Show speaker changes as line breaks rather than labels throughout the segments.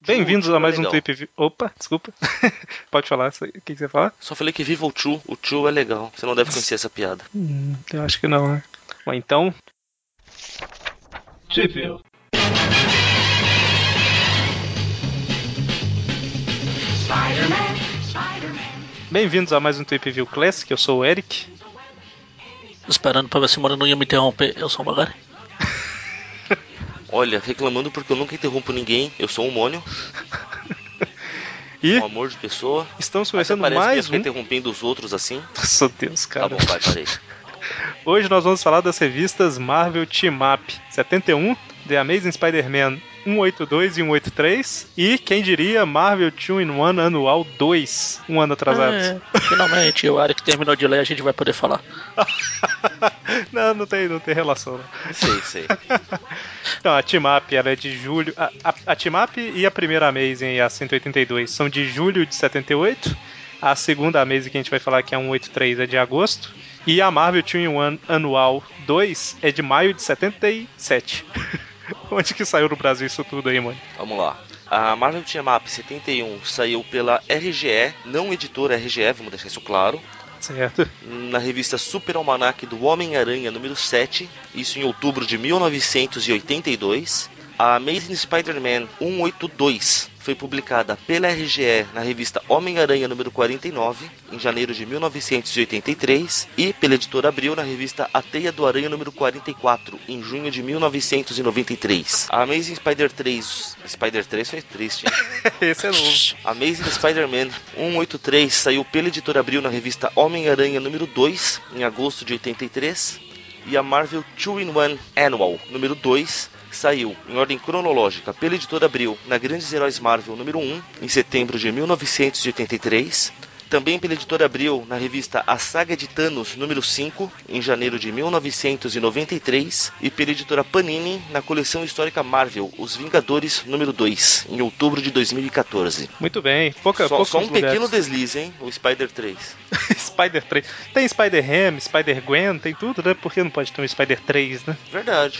Bem-vindos a mais
é
um
legal.
Trip. Vi- Opa, desculpa. Pode falar isso aí. o que que você ia falar?
Só falei que viva o Tio. O Tio é legal. Você não deve conhecer essa piada.
Hum, eu acho que não, né? Bom, então. Bem-vindos a mais um Trip View Classic, eu sou o Eric.
Esperando pra ver se o Mano não ia me interromper. Eu sou o Magari.
Olha, reclamando porque eu nunca interrompo ninguém. Eu sou um mônio,
E
um amor de pessoa.
estamos
Até
começando
parece que ia
mais
ficar
um.
interrompendo os outros assim.
Nossa Deus,
Tá
cara.
bom, vai, parei.
Hoje nós vamos falar das revistas Marvel Team Up 71, The Amazing Spider-Man 182 e 183 e, quem diria, Marvel 2 in 1 Anual 2, um ano atrasado.
É, finalmente, o Eric terminou de ler, a gente vai poder falar.
não, não tem, não tem relação. Não.
Sei, sei.
Então, a Team Up ela é de julho. A, a, a Team Up e a primeira Amazing, a 182, são de julho de 78. A segunda Amazing que a gente vai falar que é a 183 é de agosto. E a Marvel 2 in 1 Anual 2 é de maio de 77. Onde que saiu no Brasil isso tudo aí, mano?
Vamos lá. A Marvel Team Up 71 saiu pela RGE, não editora RGE, vamos deixar isso claro,
Certo.
na revista Super Almanac do Homem-Aranha número 7, isso em outubro de 1982. A Amazing Spider-Man 182 foi publicada pela RGE na revista Homem-Aranha número 49, em janeiro de 1983, e pela editora Abril na revista A Teia do Aranha número 44, em junho de 1993. A Amazing Spider 3. Spider 3 foi triste, hein?
Esse é novo.
Amazing Spider-Man 183 saiu pela editora Abril na revista Homem-Aranha número 2, em agosto de 83, e a Marvel 2-in-1 Annual número 2 saiu em ordem cronológica pela editora Abril na Grandes Heróis Marvel número 1, em setembro de 1983, também pela editora Abril na revista A Saga de Thanos número 5, em janeiro de 1993, e pela editora Panini na coleção histórica Marvel Os Vingadores número 2, em outubro de 2014
Muito bem. Pouca,
só,
poucos
só um pequeno
lugares.
deslize, hein? O Spider 3.
Spider 3. Tem Spider-Ham, Spider-Gwen, tem tudo, né? Por que não pode ter um Spider 3, né?
Verdade.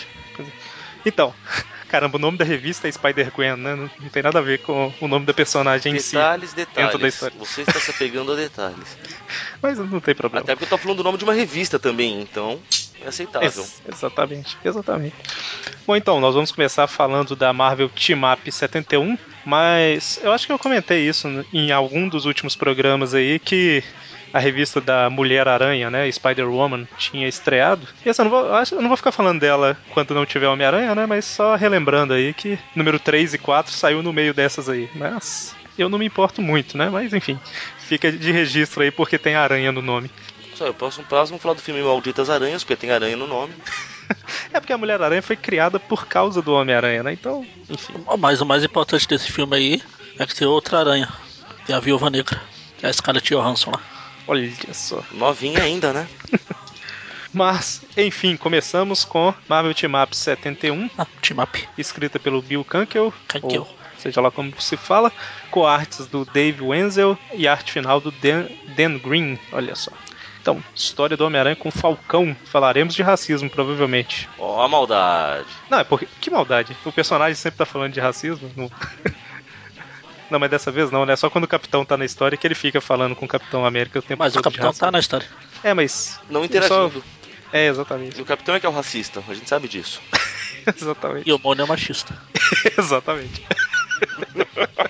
Então, caramba, o nome da revista é Spider-Gwen, né? Não, não tem nada a ver com o nome da personagem em si.
detalhes,
da
detalhes.
história.
Você está se apegando a detalhes.
Mas não tem problema.
Até porque eu tô falando o nome de uma revista também, então é aceitável.
Ex- exatamente, exatamente. Bom, então, nós vamos começar falando da Marvel Team Up 71, mas eu acho que eu comentei isso n- em algum dos últimos programas aí que a revista da Mulher Aranha, né, Spider-Woman, tinha estreado. E essa eu não vou, eu acho- eu não vou ficar falando dela quando não tiver Homem-Aranha, né, mas só relembrando aí que número 3 e 4 saiu no meio dessas aí. Mas eu não me importo muito, né, mas enfim, fica de registro aí porque tem aranha no nome.
Só eu próximo prazo vamos falar do filme Malditas Aranhas, porque tem aranha no nome.
É porque a Mulher-Aranha foi criada por causa do Homem-Aranha, né? Então, enfim.
Mas o mais importante desse filme aí é que tem outra aranha. Tem a Viúva Negra. Que é a Scarlett Johansson lá.
Olha só.
Novinha ainda, né?
Mas, enfim, começamos com Marvel Team Up 71,
Ah, team up.
escrita pelo Bill Kunkel,
Canqueu.
seja lá como se fala, com artes do Dave Wenzel e arte final do Dan, Dan Green. Olha só. Então, história do Homem-Aranha com Falcão. Falaremos de racismo, provavelmente.
Ó, a maldade.
Não, é porque. Que maldade. O personagem sempre tá falando de racismo. Não, não mas dessa vez não, né? Só quando o Capitão tá na história que ele fica falando com o Capitão América o tempo
Mas
todo
o
de
capitão
racismo.
tá na história.
É, mas.
Não interagindo.
É,
E
exatamente.
o capitão é que é o racista, a gente sabe disso.
exatamente.
E o Mono é machista.
Exatamente.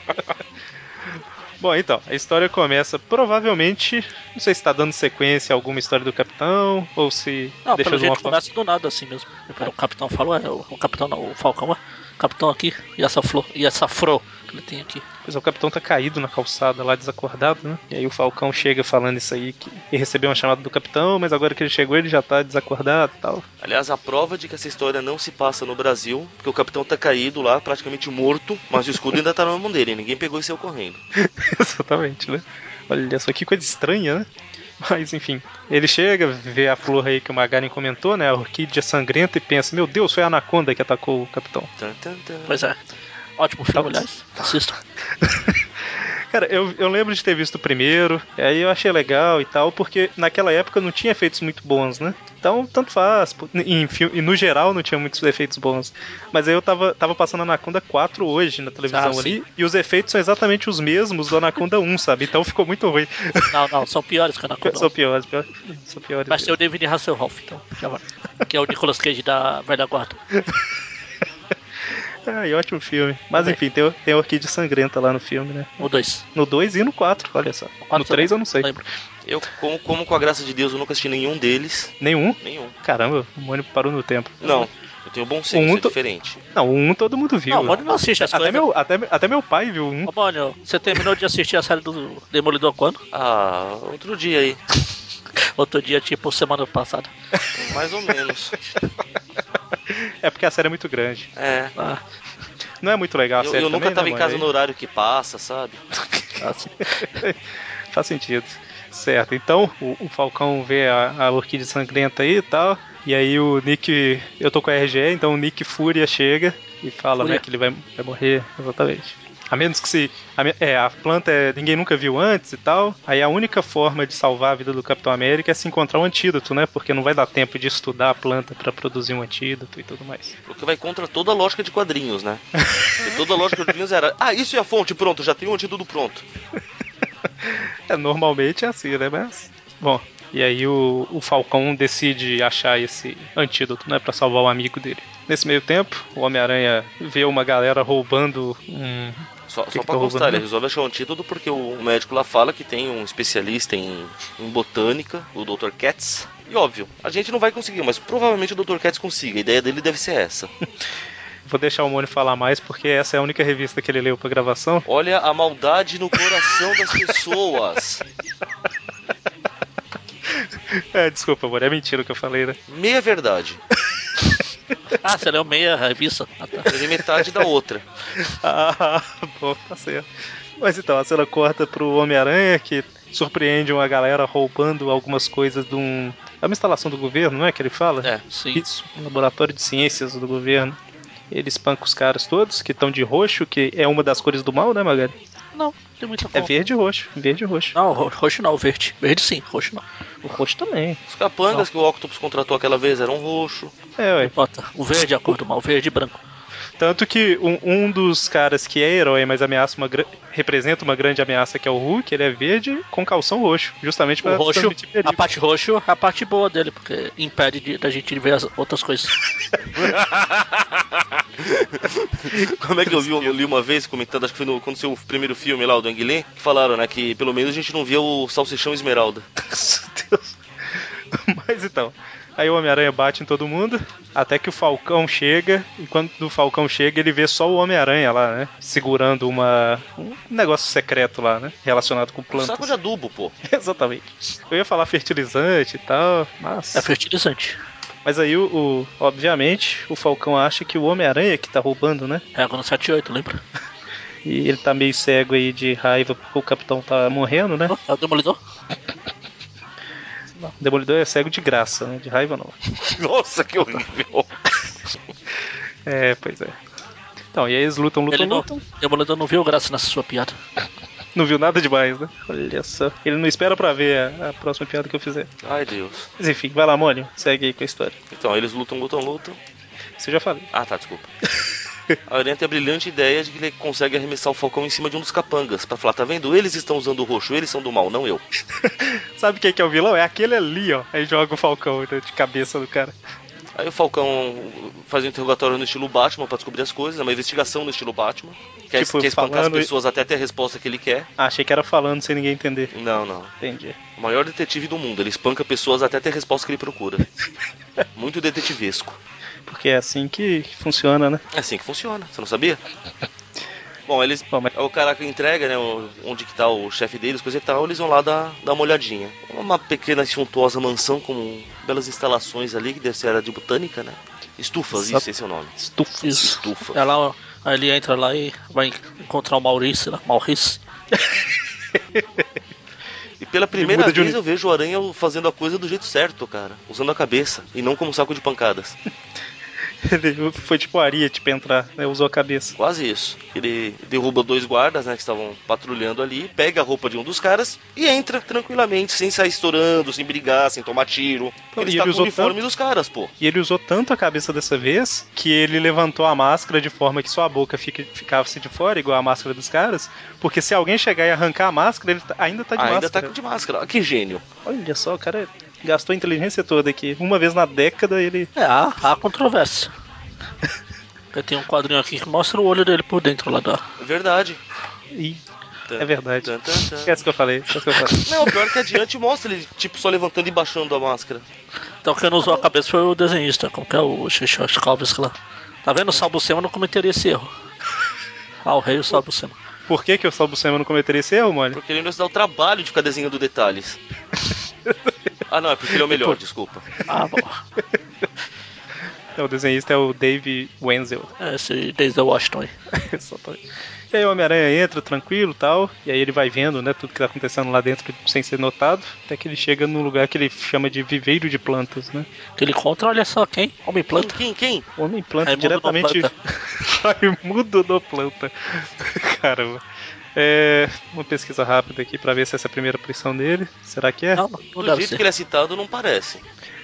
Bom, então, a história começa provavelmente. Não sei se tá dando sequência a alguma história do Capitão, ou se
Não,
deixa
pelo
de uma É
jeito
forma.
começa do nada assim mesmo. Primeiro o capitão falou, é, o, o capitão não, o Falcão, é. Capitão aqui, e essa flor, e essa flor que ele tem aqui.
Pois é, o capitão tá caído na calçada lá, desacordado, né? E aí o Falcão chega falando isso aí, que e recebeu uma chamada do capitão, mas agora que ele chegou ele já tá desacordado e tal.
Aliás, a prova de que essa história não se passa no Brasil, porque o capitão tá caído lá, praticamente morto, mas o escudo ainda tá na mão dele, ninguém pegou e saiu correndo.
Exatamente, né? Olha só que coisa estranha, né? Mas enfim, ele chega, vê a flor aí que o Magaren comentou, né? A orquídea sangrenta e pensa: Meu Deus, foi a anaconda que atacou o capitão.
Tan, tan, tan.
Tá.
Pois é. Ótimo filme, aliás. Assista.
Cara, eu, eu lembro de ter visto o primeiro, e aí eu achei legal e tal, porque naquela época não tinha efeitos muito bons, né? Então, tanto faz. pô. E, em fi- e no geral não tinha muitos efeitos bons. Mas aí eu tava, tava passando Anaconda 4 hoje na televisão
Ah, sim.
ali, e os efeitos são exatamente os mesmos do Anaconda 1, sabe? Então ficou muito ruim.
Não, não, são piores que a Anaconda.
São piores, pior, são piores.
Mas tem o David Hasselhoff, então, já vai. Que é o Nicolas Cage da velha guarda.
Ai, Ah, ótimo filme. Mas
Bem.
enfim, tem, o- tem a Orquídea Sangrenta lá no filme, né?
O Um, dois.
No 2 e no 4, olha só.
quatro
no 3 eu não sei.
Lembro.
Eu, como, como com a graça de Deus, eu nunca assisti nenhum deles.
Nenhum?
Nenhum. Uhum.
Caramba, o Mônio parou no tempo.
Não. Eu tenho bom senso,
Um
isso é
to-
diferente.
Não, o 1 todo mundo viu.
Não, o Mônio não assiste as
até,
coisas.
meu, até, até meu pai viu um.
Ô, Mônio, você terminou de assistir a série do Demolidor quando?
Ah, outro dia aí.
Outro dia, tipo, semana passada.
Mais ou menos.
É porque a série é muito grande.
É.
Ah,
Não é muito legal a
Eu,
série
eu nunca
também,
tava
né,
em
mano?
casa
Aí
no horário que passa, sabe?
assim.
Faz sentido. Certo, então o, o Falcão vê a, a Orquídea Sangrenta aí e tal. E aí o Nick. Eu tô com a RG, então o Nick Fúria chega e fala
Fúria.
né, que ele vai, vai morrer. Exatamente. A menos que se. A, me- é, a planta é, ninguém nunca viu antes e tal. Aí a única forma de salvar a vida do Capitão América é se encontrar um antídoto, né? Porque não vai dar tempo de estudar a planta pra produzir um antídoto e tudo mais.
O que vai contra toda a lógica de quadrinhos, né? Porque toda a lógica de quadrinhos era, ah, isso é a fonte, pronto, já tem o antídoto pronto.
É, normalmente é assim, né? Mas. Bom, e aí o, o Falcão decide achar esse antídoto, né? Pra salvar o amigo dele. Nesse meio tempo, o Homem-Aranha vê uma galera roubando um.
Só,
Que
só
que
pra
tá
constar,
roubando?
ele resolve achar o antídoto porque o médico lá fala que tem um especialista em, em botânica, o Dr. Katz. E óbvio, a gente não vai conseguir, mas provavelmente o Dr. Katz consiga. A ideia dele deve ser essa.
Vou deixar o Mônio falar mais, porque essa é a única revista que ele leu pra gravação.
Olha a maldade no coração das pessoas.
É, desculpa, Mônio, é mentira o que eu falei, né?
Meia verdade.
Ah, você leu meia revista? Ah, tá.
Ele é metade da outra.
Ah, bom, tá certo. Mas então, a cena corta pro Homem-Aranha que surpreende uma galera roubando algumas coisas de um. É uma instalação do governo, não é que ele fala?
É.
Sim.
Isso, um laboratório de ciências do governo. Ele espanca os caras todos, que estão de roxo, que é uma das cores do mal, né, Magari?
Não, tem muita
É
forma.
verde e roxo, verde e roxo.
Não, ro- roxo não, verde. Verde sim, roxo não.
O roxo também.
Os capangas que o Octopus contratou aquela vez eram roxo.
É,
Não
ué.
importa. O verde é a cor do mal, o verde e branco.
Tanto que um, um dos caras que é herói, mas ameaça uma gra- representa uma grande ameaça, que é o Hulk, ele é verde com calção roxo, justamente
O
pra
roxo,
transmitir perigo.
a parte roxo é a parte boa dele, porque impede de- da gente ver as outras coisas.
Como é que eu vi? Eu li uma vez comentando, acho que foi no, quando seu primeiro filme lá, o do Anguilé, que falaram, né, que pelo menos a gente não via o Salsichão Esmeralda.
Meu Deus. Mas então, aí o Homem-Aranha bate em todo mundo, até que o Falcão chega, e quando o Falcão chega, ele vê só o Homem-Aranha lá, né? Segurando uma um negócio secreto lá, né? Relacionado com plantas.
Saco de adubo, pô.
Exatamente. Eu ia falar fertilizante e tal, mas
É fertilizante.
mas aí o, o- obviamente o Falcão acha que o Homem-Aranha que tá roubando, né?
Regra no 78, lembra?
E ele tá meio cego aí de raiva porque o capitão tá morrendo, né?
É o Demolidor?
O Demolidor é cego de graça, né? De raiva não.
Nossa, que horrível.
É, pois é. Então, e aí eles lutam, lutam,
Ele não,
lutam.
Demolidor não viu graça nessa sua piada.
Não viu nada demais, né? Olha só. Ele não espera pra ver a, a próxima piada que eu fizer.
Ai, Deus.
Mas enfim, vai lá, Mônio. Segue aí com a história.
Então, eles lutam, lutam, lutam.
Isso eu já falei.
Ah, tá, desculpa. A Aranha tem a brilhante ideia de que ele consegue arremessar o Falcão em cima de um dos capangas. Pra falar, tá vendo? Eles estão usando o roxo, eles são do mal, não eu.
Sabe quem que é o vilão? É aquele ali, ó. Aí joga o Falcão né, de cabeça do cara.
Aí o Falcão faz um interrogatório no estilo Batman pra descobrir as coisas, é uma investigação no estilo Batman. Quer,
Tipo,
quer espancar
falando e-
as pessoas até ter a resposta que ele quer.
Ah, achei que era falando sem ninguém entender.
Não, não.
Entendi.
O maior detetive do mundo, ele espanca pessoas até ter a resposta que ele procura. Muito detetivesco.
Porque é assim que que funciona, né?
É assim que funciona, você não sabia? Bom, eles.
Bom, mas-
É O cara que entrega, né? o- Onde que tá o chefe deles, coisa e tal, eles vão lá dar, dar uma olhadinha. Uma pequena e suntuosa mansão com belas instalações ali, que deve ser era de botânica, né? Estufas,
Exato.
isso, esse é o nome.
Estufa.
Isso.
Estufa.
É lá, ó, aí ele entra lá e vai encontrar o Maurício, né? Maurício.
E pela primeira
muda de
vez
uni-
eu vejo o Aranha fazendo a coisa do jeito certo, cara. Usando a cabeça e não como um saco de pancadas.
Ele foi tipo aria, tipo, entrar, né? Usou a cabeça.
Quase isso. Ele derruba dois guardas, né, que estavam patrulhando ali, pega a roupa de um dos caras e entra tranquilamente, sem sair estourando, sem brigar, sem tomar tiro.
Pô,
ele
e ele
está com o
usou
uniforme
tanto-
dos caras, pô.
E ele usou tanto a cabeça dessa vez que ele levantou a máscara de forma que sua boca fica, ficava-se de fora, igual a máscara dos caras. Porque se alguém chegar e arrancar a máscara, ele tá- ainda tá de
Ainda
máscara.
tá de máscara. Olha que gênio.
Olha só, o cara gastou a inteligência toda aqui. Uma vez na década ele.
É, há, há controvérsia. Eu tenho um quadrinho aqui que mostra o olho dele por dentro lá da.
Verdade.
Ih, é verdade.
Tan, tan, tan.
Esquece o que eu falei. Esquece o que eu falei.
Não, pior é que adiante mostra ele, tipo, só levantando e baixando a máscara.
Então quem não usou a cabeça foi o desenhista, como que é o Xixote Calves lá. Tá vendo? O Salbucema não cometeria esse erro. Ah, o rei o Salbucema.
Por que, que o Salbucema não cometeria esse erro, mole?
Porque ele não se dá o trabalho de ficar desenhando detalhes. Ah, não, é porque ele é o melhor, desculpa.
Ah, bom.
É, O desenhista é o Dave Wenzel.
É, Esse desde o Washington aí.
Só tô- E aí o Homem-Aranha entra tranquilo tal. E aí ele vai vendo, né, tudo que tá acontecendo lá dentro sem ser notado. Até que ele chega num lugar que ele chama de viveiro de plantas, né?
Que ele contra, olha só quem?
Quem,
Homem planta.
quem, quem?
Homem planta
Raimundo
diretamente.
do
Raimundo do planta. Caramba. É, uma pesquisa rápida aqui pra ver se essa é a primeira aparição dele. Será que é?
Não, não, não
Do
deve
jeito
ser.
que ele é citado, não parece.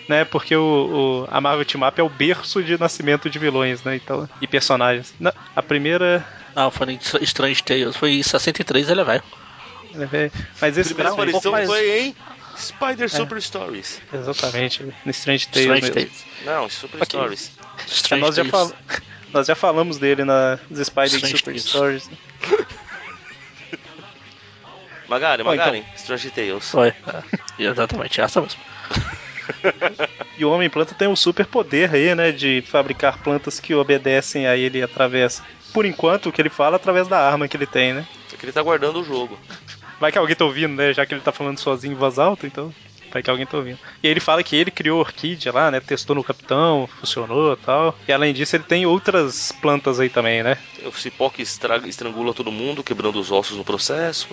né? Porque o, o- a Marvel Team Up é o berço de nascimento de vilões, né? Então, e personagens. Na- a primeira.
Não, foi em Strange Tales. Foi em 63, ele é velho.
né, é- mas esse
Primeira
não, um pouco
aparição
mais- É.
foi em Spider Super Stories.
Exatamente, no Strange Tales.
Strange
mesmo.
Tales.
Não, Super
Ok.
Stories.
Strange
É, Nós, já
Tales.
fal- nós já falamos dele nas Spider
Strange
Super
Tales.
Stories. né?
Magaren,
Ó, então.
Magaren, Strange Tales.
Foi. É, Exatamente, essa mesmo.
E o Homem-Planta tem um super poder aí, né? De fabricar plantas que obedecem a ele através. Por enquanto, o que ele fala é através da arma que ele tem, né?
Só que ele tá guardando o jogo.
Vai que alguém tá ouvindo, né? Já que ele tá falando sozinho em voz alta, então. Vai que alguém tá ouvindo. E aí ele fala que ele criou a orquídea lá, né? Testou no capitão, funcionou e tal. E além disso, ele tem outras plantas aí também, né?
O cipó que estraga, estrangula todo mundo, quebrando os ossos no processo.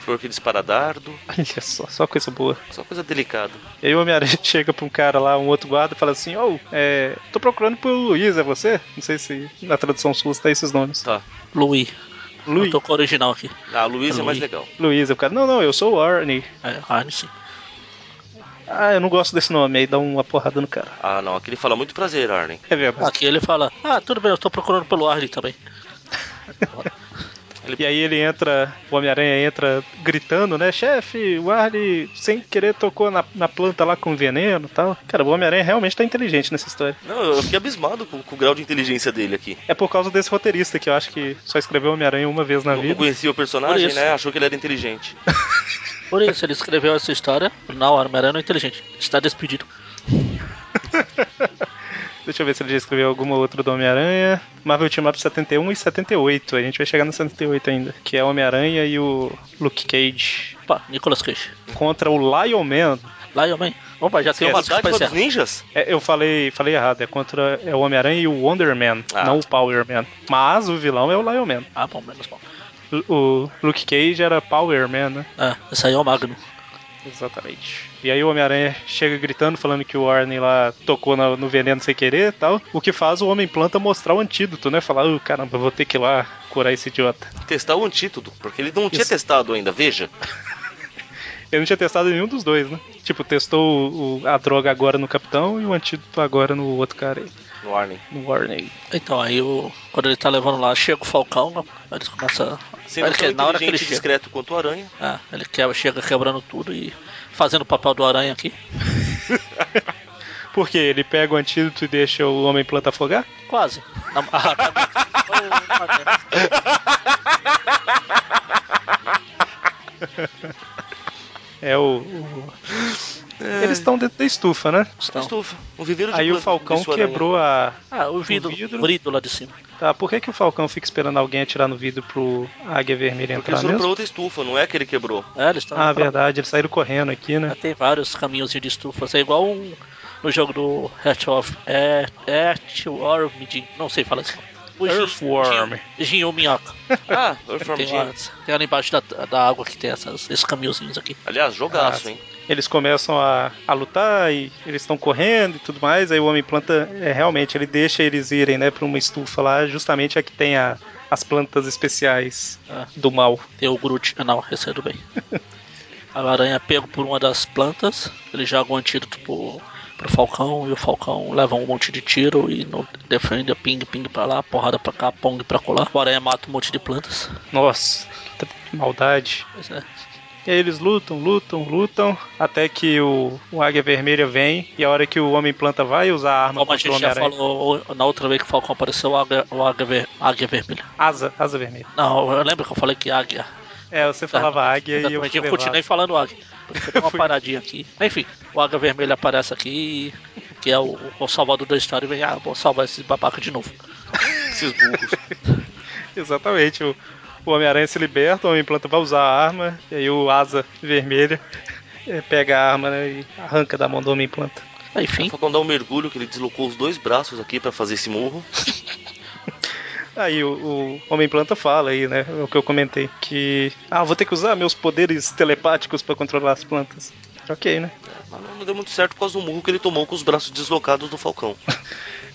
Flor que dispara dardo.
Olha só, só coisa boa.
Só coisa delicada.
E aí o Homem-Aranha chega pra um cara lá, um outro guarda, e fala assim: Ô, é, tô procurando por Luiz, é você? Não sei se na tradução sua tá esses nomes.
Tá.
Louis.
Luiz,
Eu tô com o original aqui.
Ah, Luiz
Tá
é mais
Luiz.
legal.
Luiz, é o cara. Não, não, eu sou o Arnie.
É, Heinz.
Ah, eu não gosto desse nome. Aí dá uma porrada no cara.
Ah, não, aqui ele fala muito prazer, Arlen.
É verdade.
Aqui ele fala: Ah, tudo bem, eu tô procurando pelo Arley também.
E aí ele entra, o Homem-Aranha entra gritando, né? Chefe, o Arley sem querer tocou na, na planta lá com veneno e tal. Cara, o Homem-Aranha realmente tá inteligente nessa história.
Não, eu fiquei abismado com, com o grau de inteligência dele aqui.
É por causa desse roteirista que eu acho que só escreveu Homem-Aranha uma vez na
Não não
vida.
conhecia o
Por
personagem,
isso.
né? Achou que ele era inteligente.
Por isso, ele escreveu essa história. Não, Homem-Aranha não é inteligente. Está despedido.
Deixa eu ver se ele já escreveu alguma outra do Homem-Aranha. Marvel Team Up 71 e 78. A gente vai chegar no 78 ainda. Que é o Homem-Aranha e o Luke Cage
Opa, Nicolas Cage.
contra o Lion Man.
Lion Man. Opa, já tem
É
uma
a
música
dádiva
pra
dos
encerrar.
ninjas?
É, eu falei, falei errado, é contra é o Homem-Aranha e o Wonder Man,
Ah.
não o Power Man. Mas o vilão é o Lion Man.
Ah, bom, menos mal.
O o Luke Cage era Power Man, né?
Ah, esse aí é o Magno.
Exatamente. E aí o Homem-Aranha chega gritando, falando que o Arne lá tocou na- no veneno sem querer e tal. O que faz o Homem-Planta mostrar o antídoto, né? Falar, "Oh, caramba, eu vou ter que ir lá curar esse idiota.
Testar o antídoto, porque ele não tinha
Isso.
testado ainda, veja.
Ele não tinha testado nenhum dos dois, né? Tipo, testou o- o- a droga agora no Capitão e o antídoto agora no outro cara aí,
No Arlen.
no Arne.
Então, aí o, quando ele tá levando lá, chega o Falcão, né? aí eles começam.
Sendo
Ele
tão
quer- na hora que ele
inteligente e
chega.
discreto quanto o Aranha.
Ah, ele quebra, chega quebrando tudo e fazendo o papel do aranha aqui.
Por quê? Ele pega o antídoto e deixa o Homem-Planta afogar?
Quase. Na- Ah, tá bom.
É o. o-
É.
Eles estão dentro da estufa, né?
Então,
Estufa. Um viveiro de
Aí o
plantas,
Falcão
disse Aranha.
quebrou a.
ah, o vidro,
O
o
vidro.
vidro. vidro lá de cima.
Tá, por que, que o Falcão fica esperando alguém atirar no vidro pro Águia Vermelha
Porque
entrar
eles foram pra
mesmo?
outra estufa, não é que ele quebrou.
É, eles estão.
Ah, verdade, eles saíram correndo aqui, né?
Tem vários caminhos de estufas. É igual é um- no jogo do Hatch of. É. Hatch Ormidin. Não sei falar isso. tipo Jin-
Earthworm.
Jin- Jinyu Minhoca.
Ah, Earthworm
Tem,
Jim.
lá, tem ali embaixo da, da água que tem essas- esses caminhozinhos aqui.
Aliás, jogaço,
Ah,
hein?
Eles começam a, a lutar e eles estão correndo e tudo mais. Aí o homem planta, é, realmente, ele deixa eles irem, né, pra uma estufa lá, justamente a que tem a- as plantas especiais
Ah.
do mal.
Tem o Groot. Ah, não, esse é do bem. A aranha é pego por uma das plantas, ele joga um antídoto pro, pro Falcão, e o Falcão leva um monte de tiro e não defende, ping, ping pra lá, porrada pra cá, pong pra colar. O aranha mata um monte de plantas.
Nossa, que tr- maldade.
Pois é.
E aí eles lutam, lutam, lutam, até que o, o Águia Vermelha vem e a hora que o Homem Planta vai usar a arma
Como a
contra o
gente já
Homem-Aranha.
falou o- na outra vez que o Falcão apareceu, o águia, o águia, ver- águia vermelha.
Asa, asa vermelha.
Não, eu lembro que eu falei que águia.
É, você falava águia e eu
Tá. Exatamente, eu
fui
continuei
levado.
falando águia. Porque eu dei uma paradinha aqui. Enfim, o águia vermelha aparece aqui, que é o, o salvador da história, e vem, ah, vou salvar esses babaca de novo.
Esses burros.
Exatamente, o, o Homem-Aranha se liberta, o Homem Planta vai usar a arma, e aí o Asa Vermelha eh, pega a arma né, e arranca da mão do Homem Planta.
Enfim,
O Falcão dá um mergulho que ele deslocou os dois braços aqui pra fazer esse murro.
Aí o, o Homem Planta fala aí, né, o que eu comentei, que ah, vou ter que usar meus poderes telepáticos pra controlar as plantas. Ok, né?
Mas não deu muito certo por causa do murro que ele tomou com os braços deslocados do Falcão.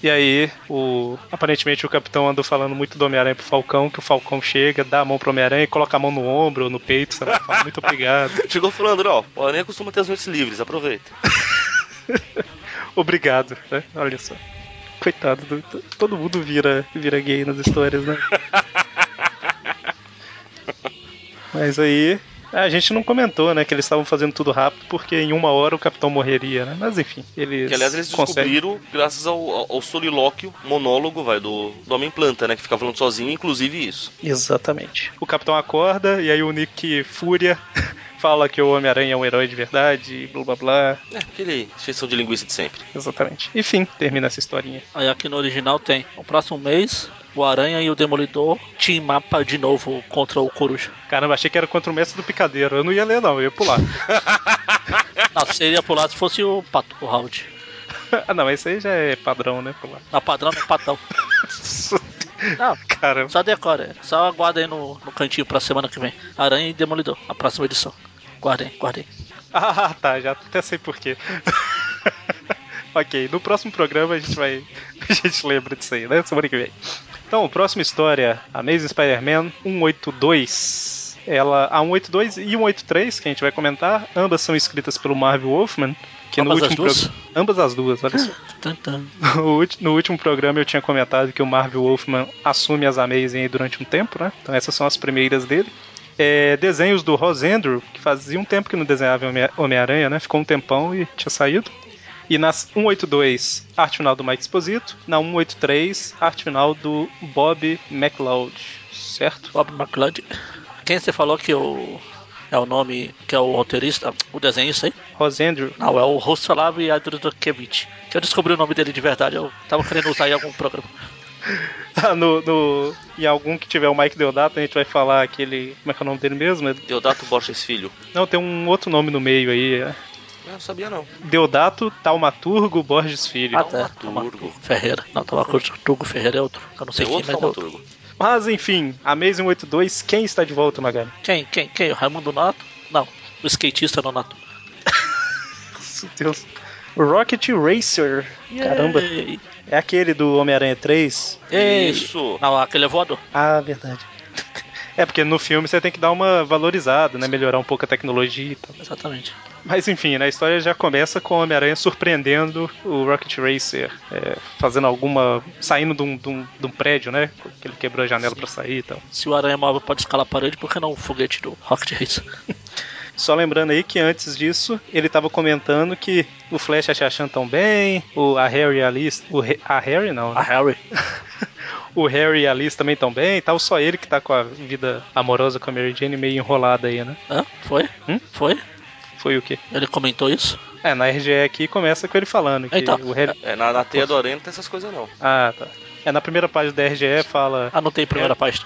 E aí, o aparentemente o capitão andou falando muito do Homem-Aranha pro Falcão, que o Falcão chega, dá a mão pro Homem-Aranha e coloca a mão no ombro ou no peito, sei lá, fala muito obrigado.
Chegou falando, ó, o Aranha costuma ter as noites livres, aproveita.
Obrigado, né? Olha só. Coitado, do- to- todo mundo vira, vira gay nas histórias, né? Mas aí, a gente não comentou, né, que eles estavam fazendo tudo rápido porque em uma hora o capitão morreria, né? Mas enfim, eles.
Que aliás eles
conseguem-
descobriram graças ao, ao, ao solilóquio monólogo, vai, do, do Homem Planta, né? Que fica falando sozinho, inclusive isso.
Exatamente. O capitão acorda e aí o Nick Fúria fala que o Homem-Aranha é um herói de verdade, e blá blá blá.
É, aquele exceção de linguiça de sempre.
Exatamente. Enfim, termina essa historinha.
aí aqui no original tem o próximo mês, o Aranha e o Demolidor team mapa de novo contra o Coruja.
Caramba, achei que era contra o mestre do picadeiro. Eu não ia ler, não, eu ia pular.
Não, seria pular se fosse o Pato, o Round.
ah, não, esse aí já é padrão, né? Pular.
Na padrão é patão. Não,
Caramba.
só decora, é. só aguarda aí no, no cantinho pra semana que vem. Aranha e Demolidor, a próxima edição. Guardem, guardem.
Ah, tá, já até sei porquê. ok, no próximo programa a gente vai. A gente lembra disso aí, né? Semana que vem. Então, próxima história: Amazing Spider-Man 182. Ela, a 182 e 183, que a gente vai comentar, ambas são escritas pelo Marvel Wolfman. Que é
Ambas
no
as
último
duas?
prog- Ambas as duas, olha só.
Tan, tan.
No ulti- no último programa eu tinha comentado que o Marvel Wolfman assume as Amazing aí durante um tempo, né? Então essas são as primeiras dele. É, desenhos do Rosendro, que fazia um tempo que não desenhava Home- Homem-Aranha, né? Ficou um tempão e tinha saído. E nas 182, arte final do Mike Exposito. Na 183, arte final do Bob McLeod, certo?
Bob McLeod. Quem você falou que o. É o nome que é o roteirista, o desenhista aí?
Rosendro.
Não, é o Rostolav Adrodokiewicz. Que eu descobri o nome dele de verdade, eu tava querendo usar em algum programa.
Ah, no, no, em algum que tiver o Mike Deodato, a gente vai falar aquele. Como é que é o nome dele mesmo?
Deodato Borges Filho.
Não, tem um outro nome no meio aí. é-
Eu não sabia não.
Deodato Taumaturgo Borges Filho.
Ah, tá.
Taumaturgo.
Ferreira. Não, Tamaturgo Ferreira é outro. Eu não sei
É
quem,
outro
mas é outro.
dramaturgo.
Mas enfim, Amazing 82, quem está de volta, Magari?
Quem, quem, quem? O Raimundo Nato? Não. O skatista Nonato.
Meu Deus. Rocket Racer. Caramba.
Ei,
É aquele do Homem-Aranha 3?
ei.
Isso.
Não, aquele é voador.
Ah, verdade. É porque no filme você tem que dar uma valorizada, né? Melhorar um pouco a tecnologia e tal.
Exatamente.
Mas enfim, né, a história já começa com o Homem-Aranha surpreendendo o Rocket Racer, é, fazendo alguma. saindo de um, de um- de um prédio, né? Que ele quebrou a janela pra sair e tal.
Se o Aranha Móvel pode escalar a parede, por que não o foguete do Rocket Race?
Só lembrando aí que antes disso, ele tava comentando que o Flash e a Shashan tão bem, o, a Harry e a Liz... O, Re- a Harry não,
A
né?
Harry.
O Harry e a Liz também tão bem e tal, só ele que tá com a vida amorosa com a Mary Jane meio enrolada aí, né?
Hã? Foi?
Hum?
Foi?
Foi o quê?
Ele comentou isso?
É, na RGE aqui começa com ele falando que
Então,
o Harry...
É, na, na teia do Aranha não tem essas coisas não.
Ah, tá. É, na primeira página da RGE fala...
Anotei a primeira página.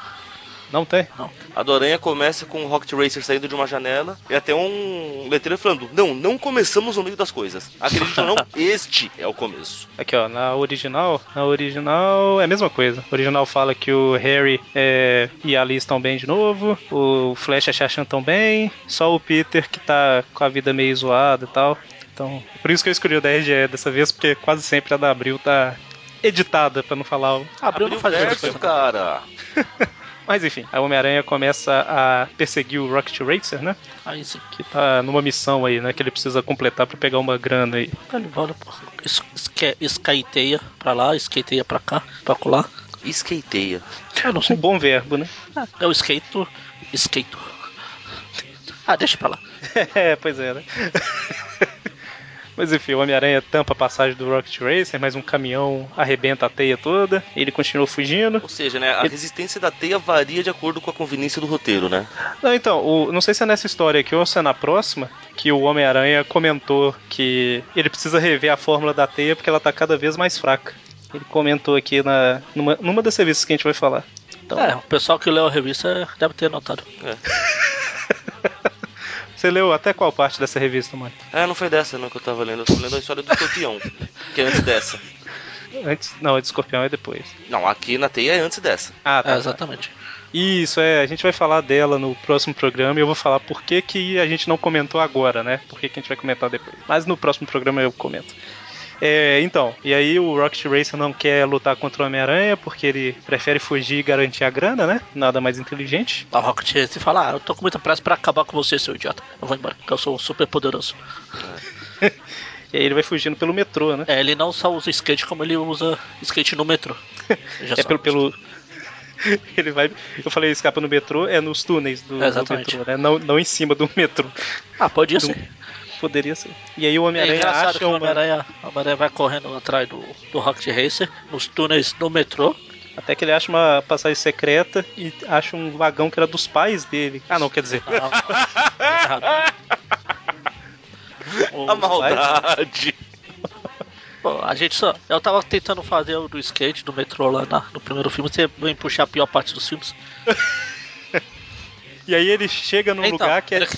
Não tem?
A do Aranha começa com o Rocket Racer saindo de uma janela e até um letreiro falando: Não, não começamos no meio das coisas. Acredite ou não, este é o começo.
Aqui, ó, na original, na original é a mesma coisa. O original fala que o Harry é, e a Liz estão bem de novo, o Flash e a Shashan estão bem, só o Peter que tá com a vida meio zoada e tal. Então, por isso que eu escolhi o da RGE dessa vez, porque quase sempre a da Abril tá editada, pra não falar. o-
Abriu não
o
faz
verso,
isso.
cara.
Mas enfim, a Homem-Aranha começa a perseguir o Rocket Racer, né?
Aí sim.
Que tá numa missão aí, né? Que ele precisa completar pra pegar uma grana aí.
Ele volta, pô. Es- esque- Escaiteia pra lá, escateia pra cá, pra colar.
Esqueiteia.
Eu não
Um
sei.
bom verbo, né?
Ah, É o skate, skate. Ah, deixa pra lá.
É, pois é, né? Mas enfim, o Homem-Aranha tampa a passagem do Rocket Racer, mas um caminhão arrebenta a teia toda, ele continua fugindo.
Ou seja, né, a resistência da teia varia de acordo com a conveniência do roteiro, né?
Não, então, o- não sei se é nessa história aqui ou se é na próxima, que o Homem-Aranha comentou que ele precisa rever a fórmula da teia porque ela tá cada vez mais fraca. Ele comentou aqui na, numa, numa das revistas que a gente vai falar. Então,
É, o pessoal que leu a revista deve ter notado.
É.
Você leu até qual parte dessa revista, mano?
Ah, não foi dessa não que eu tava lendo. Eu tô lendo a história do escorpião, que é antes dessa.
Antes, não, é de escorpião é depois.
Não, aqui na teia é antes dessa.
Ah,
É,
tá.
exatamente.
Isso, é, a gente vai falar dela no próximo programa e eu vou falar por que, que a gente não comentou agora, né? Por que, que a gente vai comentar depois. Mas no próximo programa eu comento. É, então, e aí o Rocket Racer não quer lutar contra o Homem-Aranha porque ele prefere fugir e garantir a grana, né? Nada mais inteligente.
A Rocket Race fala, ah, eu tô com muita pressa pra acabar com você, seu idiota. Eu vou embora, porque eu sou super poderoso.
E aí ele vai fugindo pelo metrô, né?
É, ele não só usa skate como ele usa skate no metrô. Já
É
só-
pelo. pelo... ele vai. Eu falei escapa no metrô, é nos túneis do, do
Exatamente.
metrô, né? Não, não em cima do metrô.
Ah, pode
do-
ser.
Poderia ser. E aí o
É
Homem-Aranha
engraçado que
acha
o
uma.
Homem-Aranha Homem vai correndo atrás do, do Rocket Racer, nos túneis do metrô.
Até que ele acha uma passagem secreta e acha um vagão que era dos pais dele. Ah, não, quer dizer.
Ah, errado. O-
A maldade.
Bom, a gente só. Eu tava tentando fazer o do skate do metrô lá na- no primeiro filme. Você vem puxar a pior parte dos filmes.
E aí ele chega num
Então,
lugar que é.
era-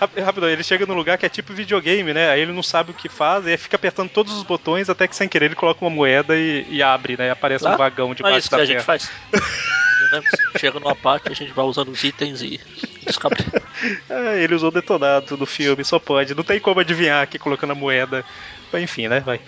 Rap- Rápido, ele chega num lugar que é tipo videogame, né? Aí ele não sabe o que faz, e aí fica apertando todos os botões até que sem querer ele coloca uma moeda e, e abre, né? E aparece
Lá?
um vagão de
Não é
baixo
isso que
da
a gente
terra.
faz. Entendeu? Chega numa parte, a gente vai usando os itens e descobre.
É, ele usou o detonado do filme, só pode. Não tem como adivinhar aqui colocando a moeda. Mas Enfim, né? Vai.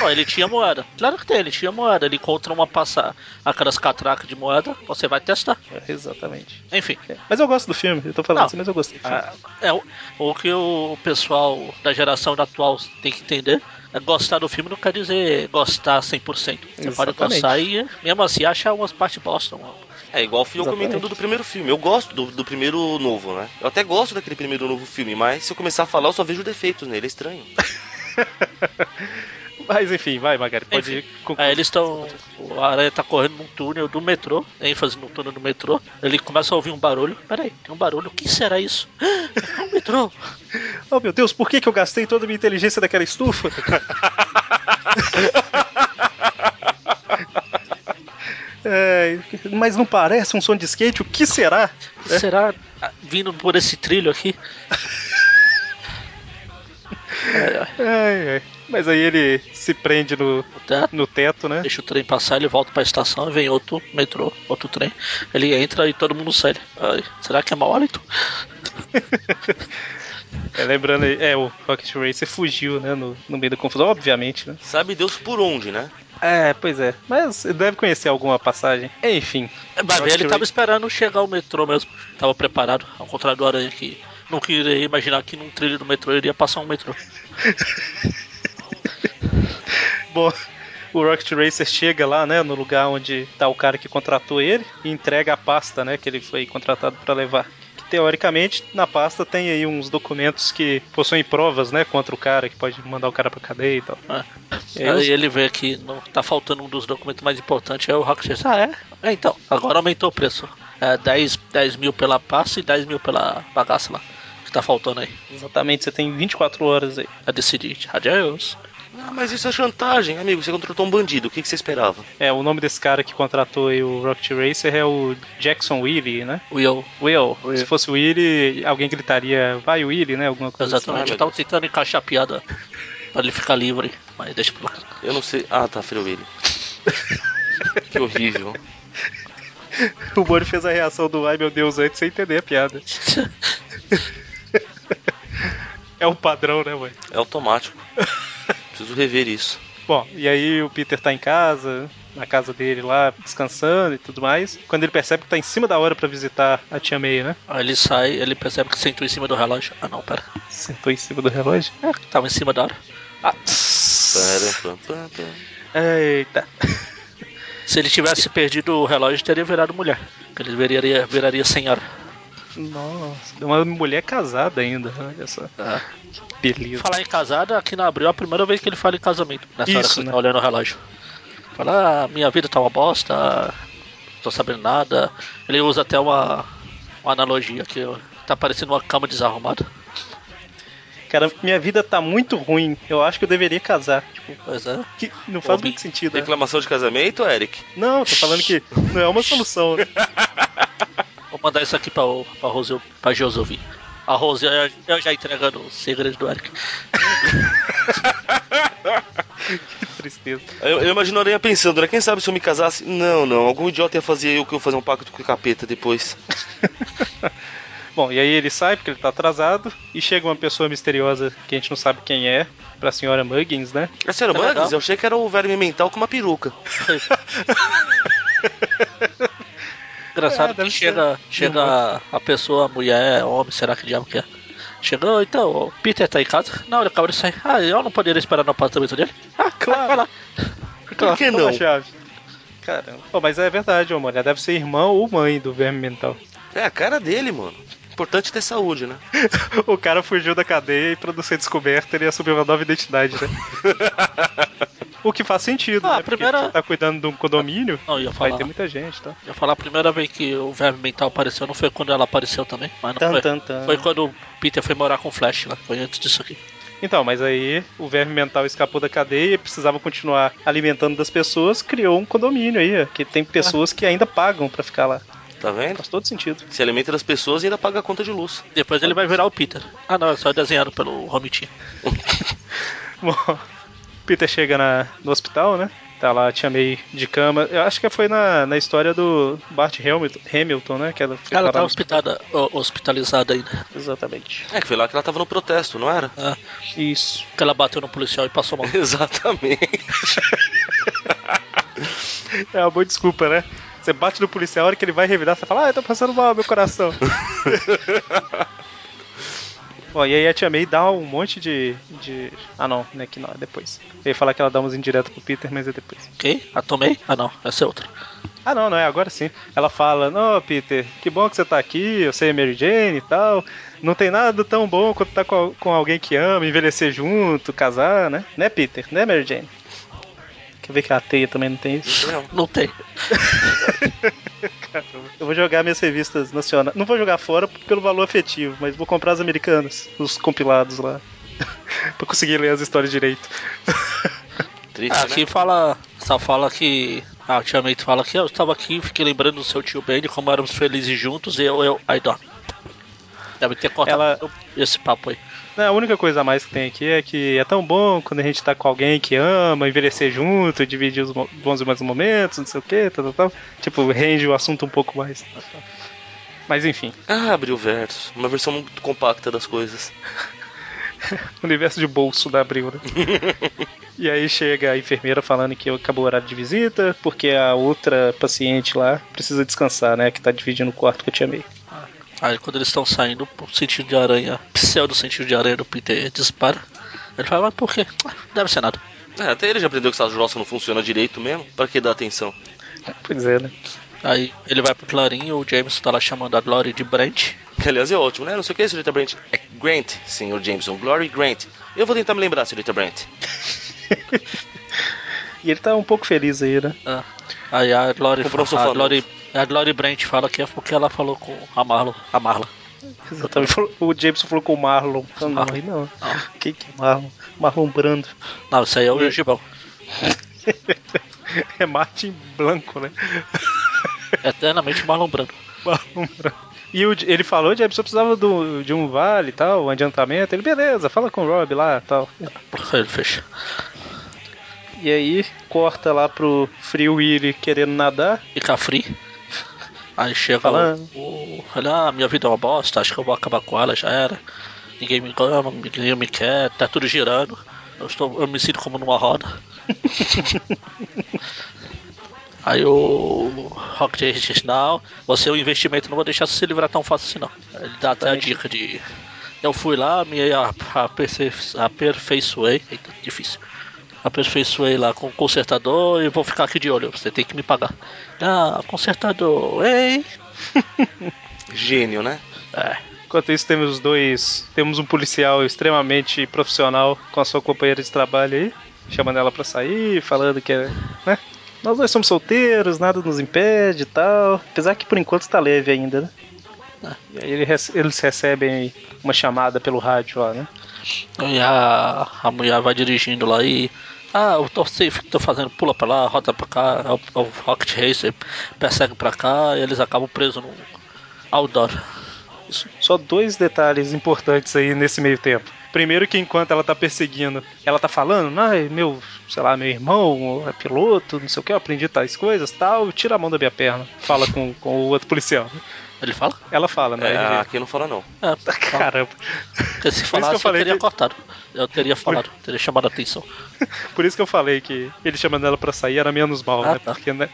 Não, ele tinha moeda. Claro que tem, ele tinha moeda. Ele encontra uma passar aquelas catracas de moeda, você vai testar.
Exatamente.
Enfim.
Mas eu gosto do filme, eu tô falando
Não.
assim, mas eu gostei. do filme.
Ah, é o, o que o pessoal da geração atual tem que entender. É gostar do filme não quer dizer gostar 100%. Você pode
Exatamente.
gostar e, mesmo assim, achar umas partes bosta. uma-
É igual eu
Exatamente.
comentando do primeiro filme. Eu gosto do, do primeiro novo, né? Eu até gosto daquele primeiro novo filme, mas se eu começar a falar, eu só vejo defeitos nele. É estranho.
Mas enfim, vai, Magari, pode
Enfim.
concluir.
Aí eles estão. O Aranha tá correndo num túnel do metrô, ênfase no túnel do metrô. Ele começa a ouvir um barulho. Peraí, tem um barulho. O que será isso? É um metrô.
Oh meu Deus, por que, que eu gastei toda a minha inteligência daquela estufa? É, mas não parece um som de skate? O que será?
O que será ah, vindo por esse trilho aqui? É,
Ai, ai. Mas aí ele se prende no,
O teto.
no teto, né?
Deixa o trem passar, ele volta pra estação e vem outro metrô, outro trem. Ele entra e todo mundo sai. Ai, será que é mau hálito?
É, lembrando, aí, é, o Rocket Racer fugiu, né? No, no meio da confusão, obviamente, né?
Sabe Deus por onde, né?
É, pois é. Mas deve conhecer alguma passagem. Enfim.
Vai ver, ele
Rocket
tava esperando chegar o metrô mesmo. Tava preparado, ao contrário do Aranha que não queria imaginar que num trilho do metrô iria passar um metrô.
Bom, o Rocket Racer chega lá, né, no lugar onde tá o cara que contratou ele e entrega a pasta, né, que ele foi contratado para levar. Que, teoricamente, na pasta tem aí uns documentos que possuem provas, né, contra o cara, que pode mandar o cara pra cadeia e tal.
É.
É
Aí
isso?
ele vê que não, tá faltando um dos documentos mais importantes, aí o Rocket diz, ah é? É, Então, agora aumentou o preço. É, 10, 10 mil pela pasta e 10 mil pela bagaça lá. que tá faltando aí. É
Exatamente, você tem 24 horas aí.
A decidir. Adeus.
Ah, mas isso é chantagem, amigo. Você contratou um bandido. O que, que você esperava?
É, o nome desse cara que contratou aí o Rocket Racer é o Jackson Willie, né?
Will.
Will.
Will.
Se fosse Willie, alguém gritaria, vai Willie, né? Alguma coisa
Exatamente.
meu
Eu tava
Deus.
tentando encaixar a piada pra ele ficar livre, mas deixa pra lá.
Eu não sei. Ah, tá, frio ele. que horrível.
assim. O Boni fez a reação do ai meu Deus antes sem entender a piada. É o padrão, né, mãe?
É automático. Preciso rever isso.
Bom, e aí o Peter tá em casa, na casa dele lá, descansando e tudo mais. Quando ele percebe que tá em cima da hora pra visitar a tia May, né?
Aí ele sai, ele percebe que sentou em cima do relógio. Ah não, pera.
Sentou em cima do relógio? Ah,
Tava em cima da hora.
ah.
Para, pam, pam, pam.
Eita.
Se ele tivesse perdido o relógio, teria virado mulher. Ele viraria, viraria senhora.
Nossa, uma mulher casada ainda, olha só.
Ah.
Beleza.
Falar em casada, aqui na Abril é a primeira vez que ele fala em casamento. Nessa hora
Isso,
que ele
né?
tá olhando o relógio. Fala, ah, minha vida tá uma bosta, não tô sabendo nada. Ele usa até uma, uma analogia que ó, tá parecendo uma cama desarrumada.
Cara, minha vida tá muito ruim. Eu acho que eu deveria casar. Tipo,
Pois é.
que não faz
Homem.
muito sentido. Né?
Reclamação de casamento, Eric?
Não, tô falando que não é uma solução. né?
Vou mandar isso aqui pra, o- pra, Rose, pra Josi ouvir. A Rose, eu, eu já entregando o segredo do Eric.
Que tristeza.
Eu, eu imagino a Aranha pensando, né? Quem sabe se eu me casasse? Não, não. Algum idiota ia fazer eu que eu fazer um pacto com o capeta depois.
Bom, e aí ele sai porque ele tá atrasado e chega uma pessoa misteriosa que a gente não sabe quem é, pra senhora Muggins, né?
É sério,
Tá
Muggins?
legal.
Eu achei que era o verme mental com uma peruca.
Engraçado
É, deve
que chega, chega a pessoa, mulher, homem, será que diabo que é? Chegou, então, o Peter tá em casa? Não, ele acabou de sair. Ah, eu não poderia esperar no apartamento dele? Ah, claro. Vai lá. Fica lá.
Por que
Toma a
não?
chave. Caramba. Pô, mas é verdade, ô, mano. Ela deve ser irmã ou mãe do verme mental.
É a cara dele, mano. Importante ter saúde, né?
O cara fugiu da cadeia e, pra não ser descoberto, ele assumiu uma nova identidade, né? o que faz sentido,
Ah,
né? Porque
primeira-
você tá cuidando de um condomínio,
Não, eu ia
vai
falar.
ter muita gente, tá?
Eu ia falar a primeira vez que o verme mental apareceu, não foi quando ela apareceu também, mas não
Tan,
foi.
tan, tan.
Foi quando o Peter foi morar com o Flash lá, foi antes disso aqui.
Então, mas aí o verme mental escapou da cadeia e precisava continuar alimentando das pessoas, criou um condomínio aí, ó, que tem pessoas que ainda pagam pra ficar lá.
Tá vendo?
Faz todo sentido.
Se alimenta das pessoas e ainda paga a conta de luz.
Depois ele vai virar o Peter. Ah não, é só desenhado pelo Romitinho.
Bom, Peter chega na, no hospital, né? Tá lá, tinha meio de cama. Eu acho que foi na, na história do Bart Hamilton, Hamilton né? Que ela foi
Ela
parar
tá
no
hospitada, ó, hospitalizada ainda.
Exatamente.
É que foi lá que ela tava no protesto, não era?
Ah,
Isso.
porque ela bateu no policial e passou mal.
Exatamente.
É uma boa desculpa, né? Você bate no policial, a hora que ele vai revidar, você fala, ah, eu tô passando mal, meu coração. Bom, e aí a Tia May dá um monte de. de... Ah, não, né? Que não, é depois. Eu ia falar que ela dá umas indiretas pro Peter, mas é depois.
Ok? A tomei? Ah não, essa é outra.
Ah, não, não é, agora sim. Ela fala: Não, Peter, que bom que você tá aqui, eu sei a Mary Jane e tal. Não tem nada tão bom quanto tá com, al- com alguém que ama, envelhecer junto, casar, né? Né, Peter? Né, Mary Jane? Quer ver que a teia também não tem isso?
Não.
Não tem.
Eu vou jogar minhas revistas nacionais. Não vou jogar fora pelo valor afetivo, mas vou comprar as americanas, os compilados lá. pra conseguir ler as histórias direito.
Triste,
Ah,
né?
aqui fala, só fala que. Ah, o Tia May fala que eu estava aqui, fiquei lembrando do seu tio Ben, de como éramos felizes juntos, e eu, eu, aí dó. Deve ter cortado
Ela-
esse papo aí.
Não, a única coisa a mais que tem aqui é que é tão bom quando a gente tá com alguém que ama, envelhecer junto, dividir os mo- bons e maus momentos, não sei o que, tal, tal, tal. Tipo, rende o assunto um pouco mais. Mas enfim,
Ah, abriu o verso. Uma versão muito compacta das coisas.
universo de bolso da Abril, né? e aí chega a enfermeira falando que acabou o horário de visita, porque a outra paciente lá precisa descansar, né? Que tá dividindo o quarto que eu te amei.
Aí quando eles estão saindo, o sentido de aranha, pseudo sentido de aranha do Peter dispara. Ele fala, mas por quê? Ah, Deve ser nada.
É, até ele já aprendeu que essas roças não funcionam direito mesmo. Pra que dar atenção?
Pois é, né?
Aí ele vai pro Clarinho, o Jameson tá lá chamando a Glory de Brent.
Que, aliás, é ótimo, né? Não sei o que, senhorita Brent. É Grant, senhor Jameson. Glory Grant. Eu vou tentar me lembrar, senhorita Brent.
E ele tá um pouco feliz aí, né?
Ah, Aí a Glory,
Comprou um
a
sofá
Glory, a Glory Brent fala que é porque ela falou com a Marlo, a Marla.
Exatamente. O Jameson falou com o Marlon. Não, não,
Marlon.
aí não.
Ah.
Quem que é Marlon? Marlon Brando.
Não, isso aí é o Gengibão.
É Martin Blanco, né?
É Eternamente Marlon Branco.
Marlon Brando. E o- ele falou, Jameson precisava do- de um vale e tal, um adiantamento. Ele, beleza, fala com o Rob lá e tal.
Ele fecha.
E aí, corta lá pro Free Willy querendo nadar.
Fica free. Aí chega
Falando.
o. o- Olha, ah, minha vida é uma bosta, acho que eu vou acabar com ela, já era. Ninguém me ama, ninguém me quer, tá tudo girando. Eu, estou, eu me sinto como numa roda. Aí o Rock J diz, não, você é um investimento, não vou deixar você se livrar tão fácil assim não. Ele dá até a dica de. Eu fui lá, me aperfei- aperfeiçoei. Eita, difícil. Aperfeiçoei lá com o consertador e vou ficar aqui de olho, você tem que me pagar. Ah, consertador, ei!
Gênio, né?
É,
Enquanto isso, temos dois. Temos um policial extremamente profissional com a sua companheira de trabalho aí, chamando ela pra sair, falando que é. né? Nós dois somos solteiros, nada nos impede e tal. Apesar que por enquanto tá leve ainda, né? E aí ele rece- eles recebem uma chamada pelo rádio lá, né?
E a, a mulher vai dirigindo lá e. Ah, eu tô safe que tô fazendo, pula pra lá, rota pra cá, é o, é o Rocket Racer persegue pra cá e eles acabam presos no outdoor.
Só dois detalhes importantes aí nesse meio tempo. Primeiro que enquanto ela tá perseguindo, ela tá falando, ai, meu, sei lá, meu irmão é piloto, não sei o que, eu aprendi tais coisas, tal, tira a mão da minha perna. Fala com, com o outro policial.
Ele fala?
Ela fala, né?
É, aqui não fala não.
É, fala.
Caramba.
Porque se
Por isso
falasse
que eu
eu,
falei
teria
que-
cortado. Eu teria falado, teria chamado a atenção.
Por isso que eu falei que ele chamando ela pra sair era menos mal,
Ah,
né?
tá.
Porque, né?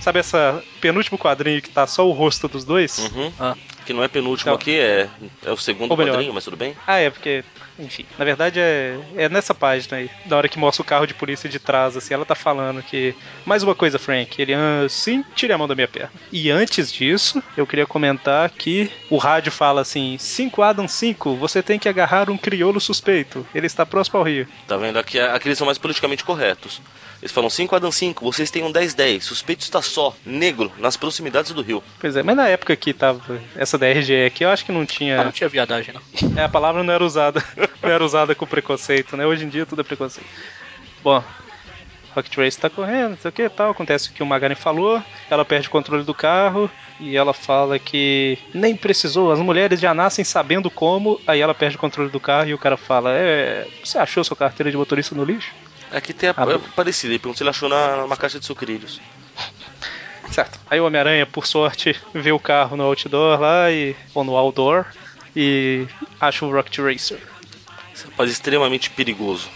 Sabe essa penúltimo quadrinho que tá só o rosto dos dois?
Uhum.
Ah,
Que não é penúltimo
Não.
aqui, é, é o segundo
Ou melhor.
quadrinho, mas tudo bem.
Ah, é, porque, enfim, na verdade é, é nessa página aí, na hora que mostra o carro de polícia de trás, assim, ela tá falando que. Mais uma coisa, Frank, ele, ah, sim, tire a mão da minha perna. E antes disso, eu queria comentar que o rádio fala assim: 5 Adam 5, você tem que agarrar um crioulo suspeito, ele está próximo ao rio.
Tá vendo? Aqui, aqui eles são mais politicamente corretos. Eles falam 5 Adam 5, vocês têm um 10-10. Suspeito está só, negro, nas proximidades do rio.
Pois é, mas na época que tava essa DRGE aqui, eu acho que não
ah, não
tinha.
tinha viadagem, não.
É, a palavra não era usada. Não era usada com preconceito, né? Hoje em dia tudo é preconceito. Bom, Rocket Race tá correndo, não sei o que tal. Acontece o que o Magari falou. Ela perde o controle do carro. E ela fala que nem precisou, as mulheres já nascem sabendo como. Aí ela perde o controle do carro e o cara fala: É, você achou sua carteira de motorista no lixo?
Aqui tem a,
Ah,
é parecida, ele pergunta se ele achou na, numa caixa de sucrilhos.
Certo. Aí o Homem-Aranha, por sorte, vê o carro no outdoor lá, e, ou no outdoor, e acha o Rocket Racer.
Esse rapaz é extremamente perigoso.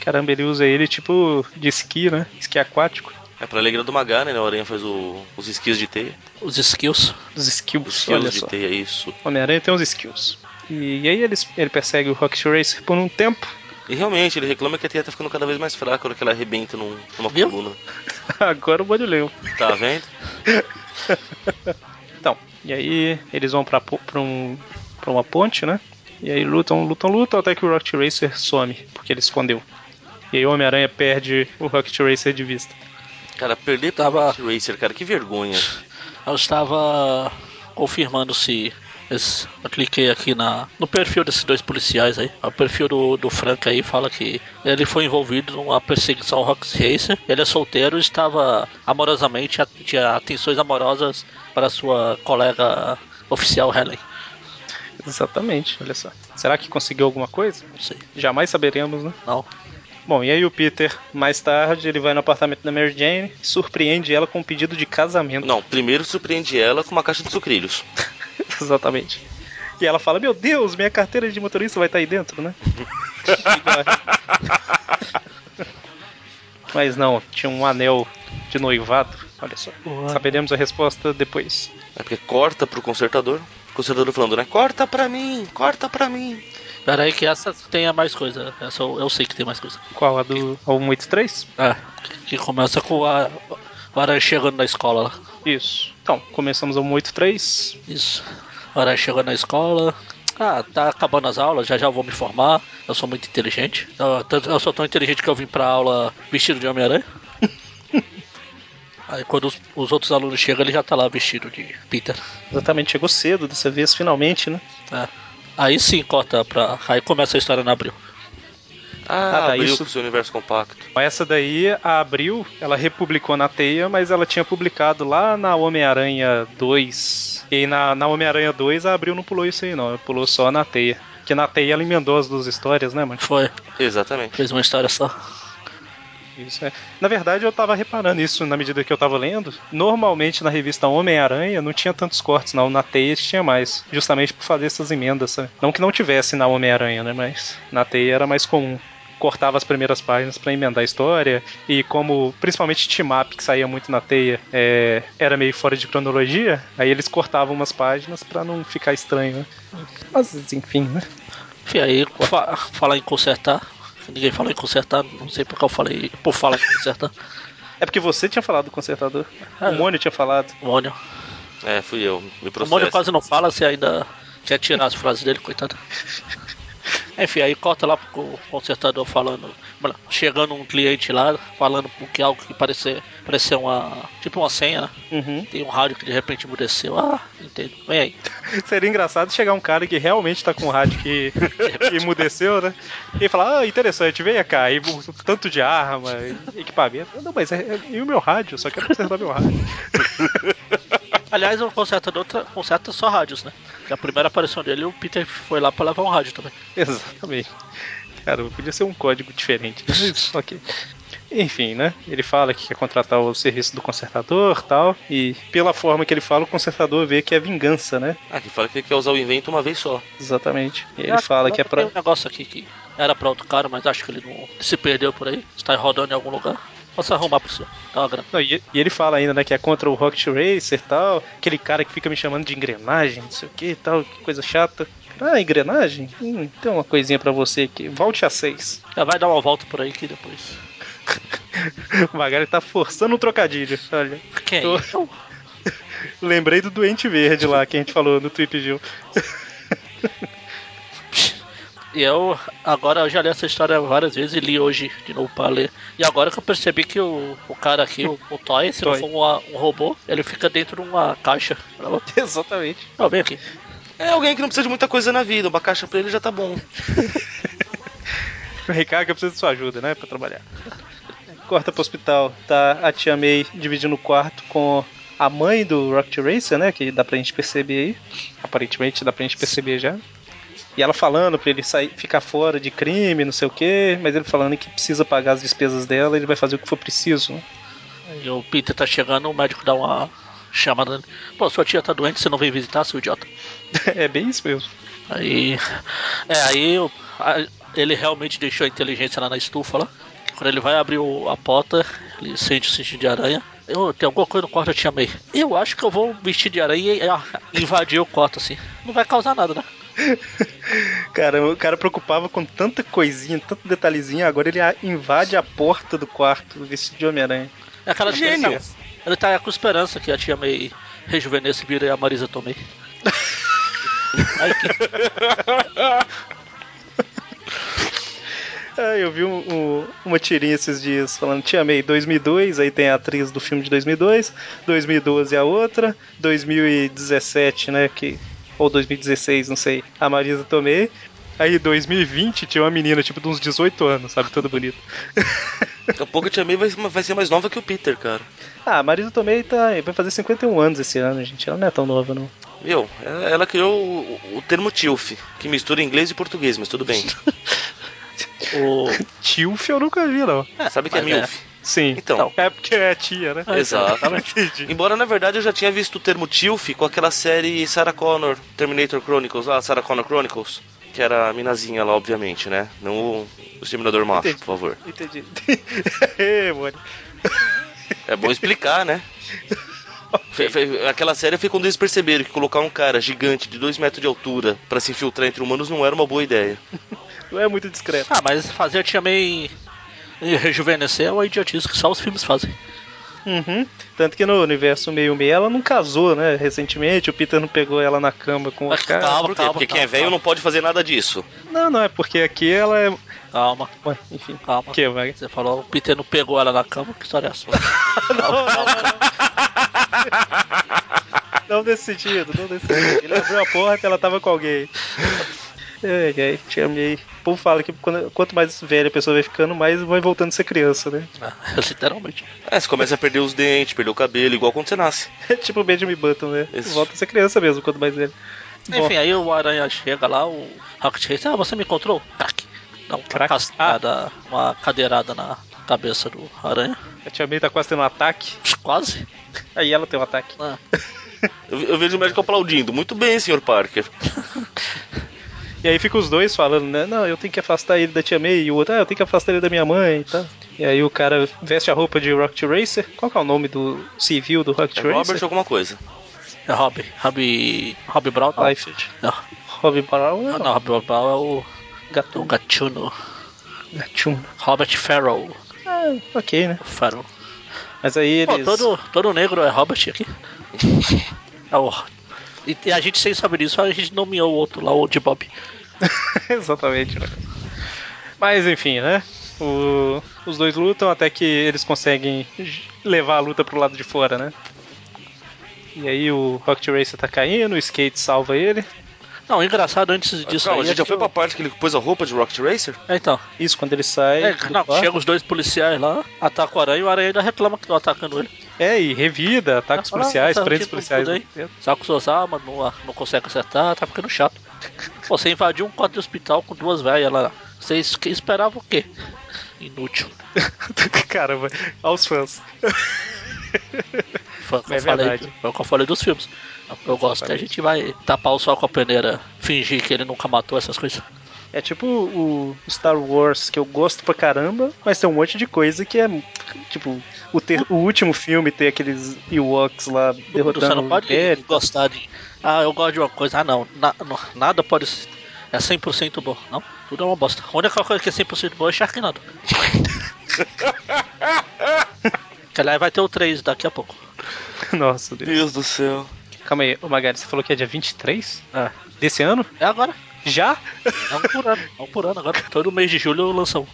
Caramba, ele usa ele tipo de esqui, né? Esqui aquático.
É pra alegria do Magari, né? O Aranha faz o- os esquios de teia.
Os skills.
Os skills,
Os
olha
esquios de
só.
teia, isso.
Homem-Aranha tem uns skills. E, e aí ele, ele persegue o Rocket Racer por um tempo.
E realmente, ele reclama que a teia tá ficando cada vez mais fraca na hora que ela arrebenta num- numa
Viu?
coluna.
Agora o Bud leu.
Tá vendo?
Então, e aí eles vão pra, po- pra, um, pra uma ponte, né? E aí lutam, lutam, lutam, até que o Rocket Racer some, porque ele escondeu. E aí o Homem-Aranha perde o Rocket Racer de vista.
Cara, perder pra
Tava-
Rocket Racer, cara, que vergonha.
Eu estava confirmando se. esse- Eu cliquei aqui na, no perfil desses dois policiais aí. O perfil do, do Frank aí fala que ele foi envolvido numa perseguição ao Rock Racer. Ele é solteiro e estava amorosamente. tinha atenções amorosas para sua colega oficial Helen.
Exatamente, olha só. Será que conseguiu alguma coisa?
Não sei.
Jamais saberemos, né?
Não.
Bom, e aí o Peter, mais tarde, ele vai no apartamento da Mary Jane, surpreende ela com um pedido de casamento.
Não, primeiro surpreende ela com uma caixa de sucrilhos.
Exatamente. E ela fala: Meu Deus, minha carteira de motorista vai estar aí dentro, né? Igual. Mas não, tinha um anel de noivado. Olha só. Saberemos a resposta depois.
É porque corta pro consertador. O consertador falando, né? Corta pra mim, corta pra mim.
Pera aí que essa tem mais coisa. Essa eu, eu sei que tem mais coisa.
Qual? A do a 183?
É. Que começa com a, o Aranha chegando na escola lá.
Isso. Então, começamos a 183.
Isso. O Aranha chegou na escola. Ah, tá acabando as aulas, já já eu vou me formar. Eu sou muito inteligente. Eu, tanto- eu sou tão inteligente que eu vim pra aula vestido de Homem-Aranha. Aí quando os, os outros alunos chegam, ele já tá lá vestido de Peter.
Exatamente, chegou cedo dessa vez, finalmente, né?
É. Aí sim corta pra. Aí começa a história na abril.
Ah,
tá,
abriu
isso-
com seu universo compacto.
Essa daí, a Abril, ela republicou na Teia, mas ela tinha publicado lá na Homem-Aranha 2. E na, na Homem-Aranha 2, a Abril não pulou isso aí, não. Ela pulou só na Teia. Porque na Teia ela emendou as duas histórias, né, mano?
Foi,
Exatamente.
fez uma história só.
Isso é. Na verdade, eu tava reparando isso na medida que eu tava lendo. Normalmente, na revista Homem-Aranha, não tinha tantos cortes, não. Na Teia tinha mais. Justamente por fazer essas emendas, sabe? Não que não tivesse na Homem-Aranha, né? Mas na Teia era mais comum. Cortava as primeiras páginas pra emendar a história. E como, principalmente, Timap, que saía muito na Teia, é, era meio fora de cronologia, aí eles cortavam umas páginas pra não ficar estranho, né? Mas, enfim, né?
Enfim, aí fa falar em consertar. Ninguém falou em consertar, não sei porque eu falei. Por falar em consertar.
É porque você tinha falado do Consertador.
Ah,
o Mônio tinha falado.
O Mônio.
É, fui eu. Me
O Mônio
processo.
quase não fala, você ainda quer tirar as frases dele, coitado. Enfim, aí corta lá pro consertador falando. mano, Chegando um cliente lá, falando o que algo que parecia, parecia uma. Tipo uma senha, né?
Uhum.
Tem um rádio que de repente emudeceu. Ah, entendo. Vem aí.
Seria engraçado chegar um cara que realmente tá com um rádio que, que emudeceu, né? E falar, ah, interessante, venha cá, e bu- tanto de arma, e- equipamento. Não, mas é, é- e o meu rádio? Só quero consertar meu rádio.
Aliás, o consertador tra- conserta só rádios, né? Que a primeira aparição dele, o Peter foi lá pra levar um rádio também.
Exatamente. Cara, podia ser um código diferente. né? Mas, ok. Enfim, né? Ele fala que quer contratar o serviço do consertador tal. E pela forma que ele fala, o consertador vê que é vingança, né?
Ah, que fala que ele quer usar o invento uma vez só.
Exatamente. E
Eu
ele
acho
fala que é pra.
Tem um negócio aqui que era pra outro cara, mas acho que ele não se perdeu por aí. Está rodando em algum lugar. Posso arrumar pro senhor. Dá uma grana.
Não, e, e ele fala ainda, né, que é contra o Rocket Racer e tal, aquele cara que fica me chamando de engrenagem, não sei o que e tal, que coisa chata. Ah, engrenagem? Hum, tem uma coisinha pra você aqui. Volte a 6.
Já Ah, vai dar uma volta por aí que depois.
O Magali tá forçando um trocadilho. Olha,
Quem?
Tô. lembrei do Doente Verde lá que a gente falou no Trip Gil.
E eu agora eu já li essa história várias vezes e li hoje de novo pra ler. E agora que eu percebi que o, o cara aqui, o, o Toy, se não
Toy.
for uma- um robô, ele fica dentro de uma caixa. Ela-
Exatamente.
Ó, vem aqui.
É alguém que não precisa de muita coisa na vida. Uma caixa pra ele já tá bom.
Ricardo, que eu preciso de sua ajuda, né, pra trabalhar. Corta pro hospital. Tá a tia May dividindo o quarto com a mãe do Rocket Racer, né, que dá pra gente perceber aí. Aparentemente dá pra gente perceber já. E ela falando pra ele sair, ficar fora de crime, não sei o quê, mas ele falando que precisa pagar as despesas dela, ele vai fazer o que for preciso.
E o Peter tá chegando, o médico dá uma chamada nele. Pô, sua tia tá doente, você não veio visitar, seu idiota.
é bem isso mesmo.
Aí. É, aí o- a- ele realmente deixou a inteligência lá na estufa lá. Quando ele vai abrir o- a porta, ele sente o sentido de aranha. Eu, tem alguma coisa no quarto, eu te amei. Eu acho que eu vou vestir de aranha e ah, invadir o quarto assim. Não vai causar nada, né?
Cara, o cara preocupava com tanta coisinha, tanto detalhezinho, agora ele a- invade a porta do quarto vestido de Homem-Aranha.
É aquela
Gênio.
diferença. Ele tá com esperança que a tia May rejuvenesce e vira a Marisa Tomei. Aí que
Ah, eu vi um- um- uma tirinha esses dias falando Tia May 2002, aí tem a atriz do filme de 2002, 2012 a outra, 2017, né, que ou 2016, não sei, a Marisa Tomei. Aí 2020 tinha uma menina tipo de uns 18 anos, sabe, toda bonita.
Daqui a pouco a Tia May vai, vai ser mais nova que o Peter, cara.
Ah, a Marisa Tomei tá, vai fazer 51 anos esse ano, gente. Ela não é tão nova não.
Meu, ela, ela criou o, o termo TILF, que mistura inglês e português, mas tudo bem.
o.
Tilf eu nunca vi não.
Sabe que é
mas é.
MILF?
Sim.
Então.
é porque é tia, né?
Exatamente.
Entendi.
Embora, na verdade, eu já tinha visto o termo TILF com aquela série Sarah Connor, Terminator Chronicles, lá, Sarah Connor Chronicles, que era a minazinha lá, obviamente, né? Não o o Exterminador Macho,
Entendi.
por favor.
Entendi. Ê, mano.
É bom explicar, né? Fe- fe- Aquela série foi quando eles perceberam que colocar um cara gigante de 2 metros de altura pra se infiltrar entre humanos não era uma boa ideia.
Não é muito discreto.
Ah, mas fazer a tia May rejuvenescer é uma idiotice que só os filmes fazem.
Uhum. Tanto que no universo meio meio ela não casou, né? Recentemente, o Peter não pegou ela na cama com o
Mas
cara.
calma,
Por quê?
calma,
Porque quem
calma,
é velho
calma.
não pode fazer nada disso.
Não, não, é porque aqui ela é.
Calma,
Ué, enfim.
calma.
O que, Wagner?
Você falou, o Peter não pegou ela na cama, que história é essa?
Não nesse sentido, não nesse sentido. Ele abriu a porta e ela tava com alguém. Ai, ai, te amei. O povo fala que quando- quanto mais velha a pessoa vai ficando, mais vai voltando a ser criança, né?
Ah, Literalmente.
É, você começa a perder os dentes, perder o cabelo, igual quando você nasce.
É tipo o Benjamin Button, né?
Isso.
Volta a ser criança mesmo, quanto mais velha. Bom.
Enfim, aí o Aranha chega lá, o Rocket Race, ah, você me encontrou? Crack. Dá uma
Crack.
castada, uma cadeirada na cabeça do Aranha.
A tia May tá quase tendo um ataque.
Quase.
Aí ela tem um ataque.
Ah,
Eu, eu vejo o médico aplaudindo. Muito bem, Sr. Parker.
E aí fica os dois falando, né? Não, eu tenho que afastar ele da tia May. E o outro, ah, eu tenho que afastar ele da minha mãe e tal. E aí o cara veste a roupa de Rocket Racer. Qual que é o nome do civil do Rocket
É
Racer?
Robert alguma coisa.
é Rob. Rob. Rob Brown? Não.
Liefeld.
Não,
Rob Brown não.
não, não, Rob Brown é o, o
Gatum.
Gatuno.
Gatum.
Robert Farrell.
Ah, ok, né?
Farrell.
Mas aí eles...
Pô, todo, todo negro é Robert aqui. É o... e, e a gente sem saber disso, a gente nomeou o outro lá, o de Bob.
Exatamente. né? Mas enfim, né? O- os dois lutam até que eles conseguem j- levar a luta pro lado de fora, né? E aí o Rocket Racer tá caindo, o skate salva ele.
Não, engraçado antes disso
Calma,
aí.
a gente já
é
foi
que
pra parte que ele pôs a roupa de Rocket Racer?
o- É, Então,
Isso, quando ele sai.
é,
do
não,
quarto-
chega os dois policiais lá, ataca o aranha e o aranha ainda reclama que estão atacando ele.
É, e revida, ataca os
Ah,
policiais,
tá,
prende os
tipo,
policiais.
tudo Saca suas armas, não, não consegue acertar, tá ficando chato. Pô, Você invadiu um quarto de hospital com duas velhas lá. Você es- esperava o quê? Inútil.
Caramba, aos fãs.
Foi o que,
É
eu falei,
verdade.
foi o que eu falei dos filmes. Eu gosto que a gente vai tapar o sol com a peneira, fingir que ele nunca matou essas coisas.
É tipo o Star Wars, que eu gosto pra caramba, mas tem um monte de coisa que é. Tipo, o, ter- o último filme tem aqueles Ewoks lá
Você
derrotando
não
o
pode
Império.
gostar de. Ah, eu gosto de uma coisa. Ah, não. Na- não, nada pode ser. É 100% bom. Não, tudo é uma bosta. A única coisa que é 100% boa é Sharknado. que aliás vai ter o 3 daqui a pouco.
Nossa, Deus.
Deus do céu.
Calma aí, ô Magari, você falou que é dia 23?
É.
Desse ano?
É agora.
Já?
É um por ano. É um por ano agora. Todo mês de julho eu lanço um.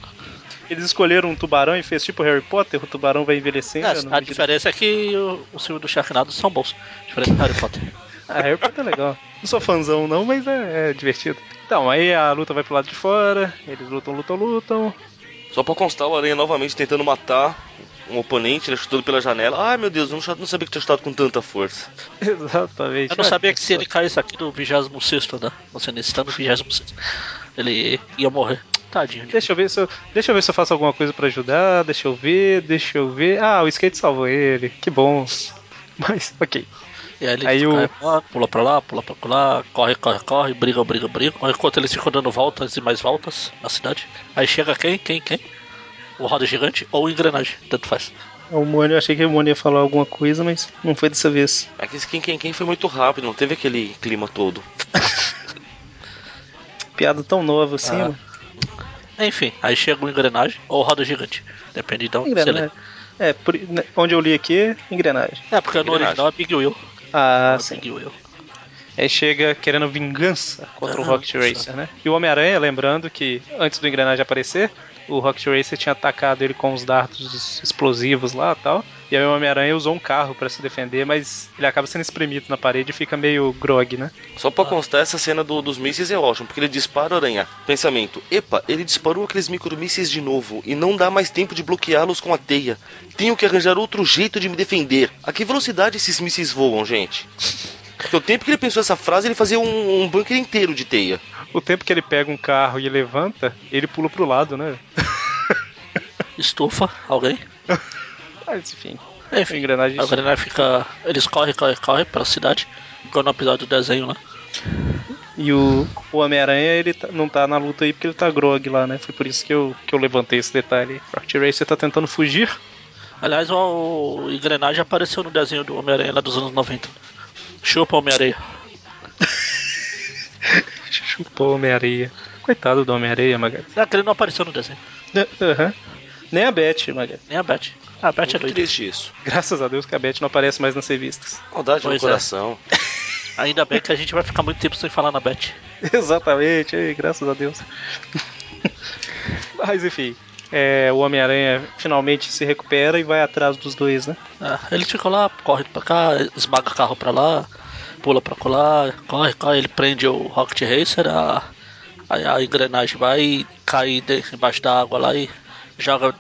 Eles escolheram um tubarão e fez tipo Harry Potter, o tubarão vai envelhecendo.
É, a diferença é que o- os filmes do Sharknado são bons. Diferente do Harry Potter.
Ah, Harry Potter é legal. Não sou fãzão não, mas é, é divertido. Então, aí a luta vai pro lado de fora, eles lutam, lutam, lutam.
Só pra constar, o Aranha novamente tentando matar um oponente, ele chutando pela janela. Ai meu Deus, eu não sabia que tinha chutado com tanta força.
Exatamente.
Eu não sabia que se
seria.
ele caísse aqui do né? 26 andar, você nem está no 26, ele ia morrer. Tadinho.
Ah, Deixa eu ver se eu, deixa eu ver se eu faço alguma coisa pra ajudar. Deixa eu ver, deixa eu ver. Ah, o skate salvou ele. Que bom. Mas, ok.
E aí ele
Aí
cai lá, pula pra lá, pula pra lá, corre, corre, corre, briga, briga, briga. Enquanto eles ficam dando voltas e mais voltas na cidade. Aí chega quem, quem, quem? O roda gigante ou o engrenagem, tanto faz.
O Mônio, eu achei que o Mônio ia falar alguma coisa, mas não foi dessa vez.
É que esse quem quem quem foi muito rápido, não teve aquele clima todo.
Piada tão nova assim,
Ah,
mano.
Enfim, aí chega o engrenagem ou o roda gigante, depende de onde você lê.
Engrenagem. É, por- né, onde eu li aqui, engrenagem.
É, porque no
Engrenagem.
original é Big Will.
Ah,
É
sim.
Big Will.
Aí chega querendo vingança contra o
Ah,
Rocket
nossa.
Racer, né? E o Homem-Aranha, lembrando que antes do engrenagem aparecer, o Rocket Racer tinha atacado ele com os dardos explosivos lá e tal. E aí o Homem-Aranha usou um carro pra se defender, mas ele acaba sendo espremido na parede e fica meio grog, né?
Só
Ah.
pra constar, essa cena do- dos mísseis é ótima, porque ele dispara o aranha. Pensamento, epa, ele disparou aqueles micromísseis de novo, e não dá mais tempo de bloqueá-los com a teia. Tenho que arranjar outro jeito de me defender. A que velocidade esses mísseis voam, gente? Porque o tempo que ele pensou essa frase, ele fazia um, um bunker inteiro de teia.
O tempo que ele pega um carro e levanta, ele pula pro lado, né?
Estufa alguém.
Mas enfim, a
Enfim,
engrenagem.
A Grenai fica. Eles correm, correm, correm pra cidade. Igual no episódio do desenho né? lá.
E o, o Homem-Aranha, ele tá- não tá na luta aí porque ele tá grog lá, né? Foi por isso que eu, que eu levantei esse detalhe. O Rocket Racer tá tentando fugir.
Aliás, o, o Engrenagem apareceu no desenho do Homem-Aranha lá dos anos 90. Chupa Homem-Aranha.
Chupou Homem-Areia. Coitado do Homem-Areia, Magali.
Ah, que ele não apareceu no desenho.
Aham. Nem a Beth, Magali.
Nem a Beth. A Beth é
Muito
doida.
triste isso.
Graças a Deus que a Beth não aparece mais nas revistas.
Maldade
Pois
no
é.
coração.
Ainda bem que a gente vai ficar muito tempo sem falar na Beth.
Exatamente, ei, graças a Deus. Mas enfim. É, o Homem-Aranha finalmente se recupera e vai atrás dos dois, né?
É, ele fica lá, corre pra cá, esmaga carro pra lá, pula pra colar, corre, corre, ele prende o Rocket Racer, a, a, a engrenagem vai e cai de- embaixo da água lá e joga.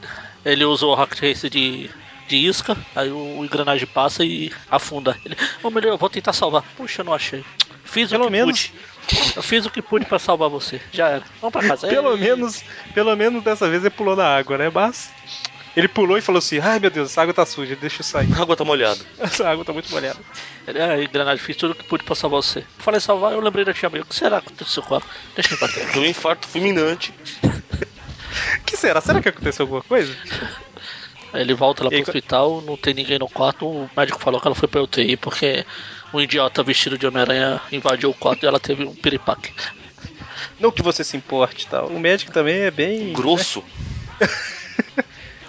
Ele usa o Rocket Racer de, de isca, aí o, engrenagem passa e afunda. Ele, ou melhor, eu vou tentar salvar. Puxa, não achei. Fiz
Pelo
o que
menos.
pude. Eu fiz o que pude pra salvar você. Já era. Vamos pra casa.
Pelo
Ei.
menos, pelo menos dessa vez ele pulou na água, né? Mas ele pulou e falou assim: "Ai, meu Deus, essa água tá suja, deixa eu sair.
A água tá molhada.
Essa água tá muito molhada".
Ele, ah, engrenagem, fiz tudo o que pude pra salvar você. Falei salvar, eu lembrei da tia May. O que será que aconteceu com ela? Deixa eu bater.
Foi um infarto fulminante.
Que será? Será que aconteceu alguma coisa?
Aí ele volta lá pro
E co-
hospital, não tem ninguém no quarto. O médico falou que ela foi pra UTI porque um idiota vestido de Homem-Aranha invadiu o quarto e ela teve um piripaque.
Não que você se importe, e tal. O médico também é bem
Grosso.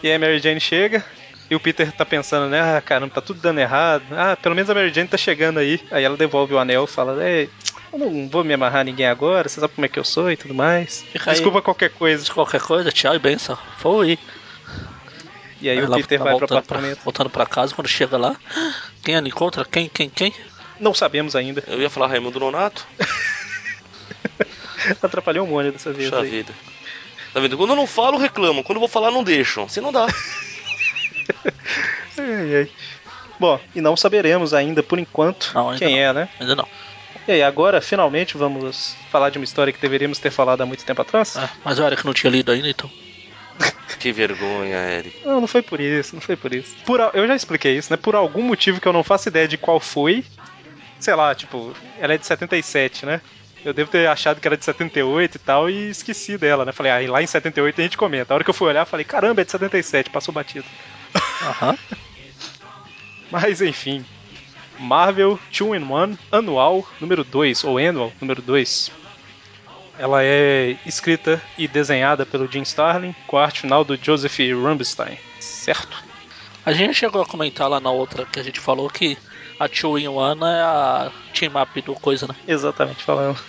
E aí a Mary Jane chega e o Peter tá pensando, né? Ah, caramba, tá tudo dando errado. Ah, pelo menos a Mary Jane tá chegando aí. Aí ela devolve o anel e fala, é, eu não vou me amarrar a ninguém agora, você sabe como é que eu sou e tudo mais.
Fica aí.
Desculpa qualquer coisa.
Mas qualquer coisa, tchau e benção. Foi.
E aí o
ela
Peter
tá
vai pro
voltando pra-
apartamento.
voltando pra casa, quando chega lá, quem ela encontra? Quem, quem, quem?
Não sabemos ainda.
Eu ia falar Raimundo Nonato.
Atrapalhou um monte dessa vez
Puxa
aí.
vida. Tá vendo? Quando eu não falo, reclamam. Quando eu vou falar, não deixam. Assim não dá.
Ai, ai. Bom, e não saberemos ainda, por enquanto,
Não, ainda
quem
não.
é, né?
Ainda não.
E aí, agora, finalmente, vamos falar de uma história que deveríamos ter falado há muito tempo atrás?
Ah, mas eu era que não tinha lido ainda, então.
Que vergonha, Eric.
Não, não foi por isso, não foi por isso. Por, al- eu já expliquei isso, né? Por algum motivo que eu não faço ideia de qual foi. Sei lá, tipo, ela é de 77, né? Eu devo ter achado que era de 78 e tal e esqueci dela, né? Falei, ah, lá em 78 a gente comenta. A hora que eu fui olhar, eu falei, caramba, é de 77, passou batido.
Aham.
Mas enfim. Marvel 2 in 1 Anual número 2, ou Annual número 2. Ela é escrita e desenhada pelo Jim Starlin, com a arte final do Joseph Rumbstein, certo?
A gente chegou a comentar lá na outra que a gente falou que a Two in One é a team up do coisa, né?
Exatamente, falando.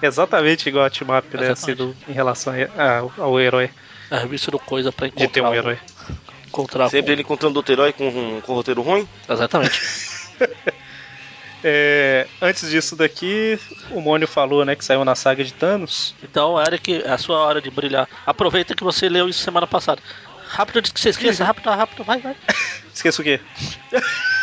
Exatamente igual a Team Up, né?
Exatamente.
sido em relação a- ao- ao herói,
É a revista do coisa pra encontrar.
de ter um
o-
herói.
Encontrar
Sempre
o-
ele encontrando outro herói com, um- com um roteiro ruim.
Exatamente.
É, antes disso daqui, o Mônio falou, né, que saiu na saga de Thanos.
Então, Eric, é a sua hora de brilhar. Aproveita que você leu isso semana passada. Rápido antes que você esqueça, rápido, rápido, vai, vai.
Esqueça o quê?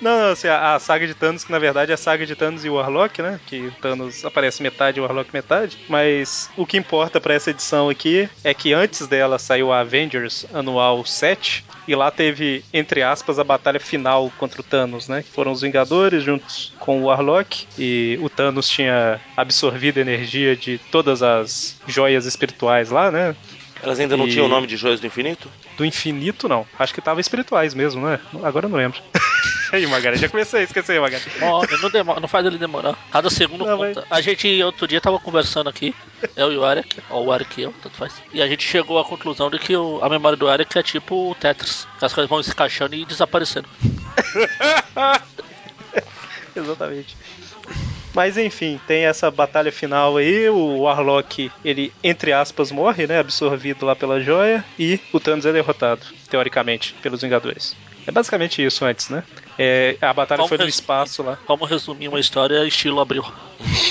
Não, não, assim, a, a saga de Thanos, que na verdade é a saga de Thanos e o Warlock, né? Que o Thanos aparece metade e o Warlock metade. Mas o que importa pra essa edição aqui é que antes dela saiu a Avengers Anual 7. E lá teve, entre aspas, a batalha final contra o Thanos, né? Que foram os Vingadores juntos com o Warlock. E o Thanos tinha absorvido a energia de todas as joias espirituais lá, né?
Elas ainda não
E-
tinham o nome de Joias do Infinito?
Do infinito, não. Acho que tava espirituais mesmo, né? Agora eu não lembro. E aí, Magari, já comecei a esquecer, Magari.
Olha, não, demora, não faz ele demorar. Cada segundo
Não,
conta. A gente outro dia tava conversando aqui, eu e o Eric, ou o Eric e eu, tanto faz. E a gente chegou à conclusão de que o- a memória do Eric é tipo o Tetris. que As coisas vão se encaixando e desaparecendo.
Exatamente. Mas enfim, tem essa batalha final aí, o Warlock, ele, entre aspas, morre, né? Absorvido lá pela joia, e o Thanos é derrotado, teoricamente, pelos Vingadores. É basicamente isso antes, né? É, a batalha
Vamos
foi no
resumir.
espaço lá.
Vamos resumir uma história estilo abril.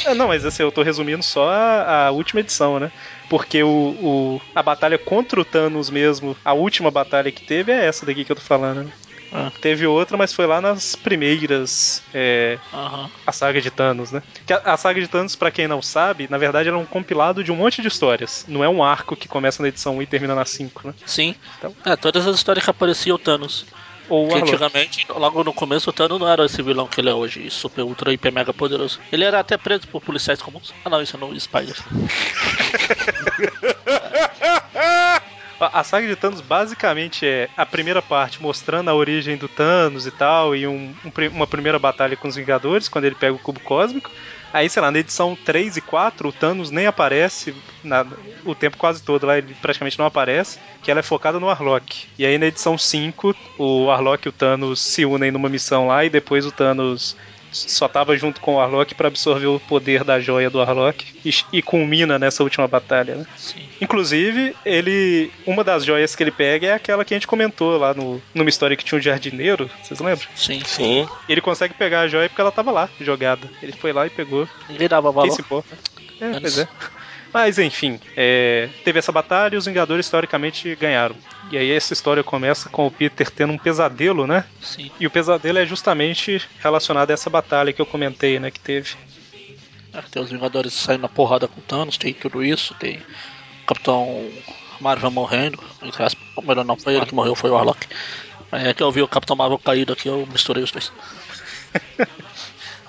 É, não, mas assim, eu tô resumindo só a, a última edição, né? Porque o, o- a batalha contra o Thanos mesmo, a última batalha que teve é essa daqui que eu tô falando. né?
Ah.
Teve outra, mas foi lá nas primeiras. é,
Aham.
a saga de Thanos, né? Que a, a saga de Thanos, pra quem não sabe, na verdade ela é um compilado de um monte de histórias. Não é um arco que começa na edição 1 e termina na 5, né?
Sim.
Então-
É, todas as histórias que aparecia o Thanos.
Ou o
Porque
Warlock.
antigamente, logo no começo, o Thanos não era esse vilão que ele é hoje, super, ultra, hiper, mega poderoso. Ele era até preso por policiais comuns. Ah não, isso é no Spider.
A, a saga de Thanos basicamente é a primeira parte mostrando a origem do Thanos e tal, e um- um pri- uma primeira batalha com os Vingadores, quando ele pega o cubo cósmico. Aí, sei lá, na edição 3 e 4, o Thanos nem aparece na- o tempo quase todo lá, ele praticamente não aparece, que ela é focada no Arlok. E aí na edição 5, o Arlok e o Thanos se unem numa missão lá e depois o Thanos só tava junto com o Arlok para absorver o poder da joia do Arlok e, e culmina nessa última batalha, né?
Sim.
Inclusive, ele. Uma das joias que ele pega é aquela que a gente comentou lá no, numa história que tinha um jardineiro, vocês lembram?
Sim.
Sim.
Ele consegue pegar a joia porque ela tava lá, jogada. Ele foi lá e pegou.
Ninguém dava
Quem
valor.
se importa? É,
Menos-
pois é. Mas enfim, é, teve essa batalha e os Vingadores historicamente ganharam. E aí essa história começa com o Peter tendo um pesadelo, né?
Sim.
E o pesadelo é justamente relacionado a essa batalha que eu comentei, né? Que teve.
É, Tem os Vingadores saindo na porrada com o Thanos, tem tudo isso, tem o Capitão Marvel morrendo, entre aspas, ou melhor não foi ele que morreu, foi o Warlock. É que eu vi o Capitão Marvel caído aqui, eu misturei os dois.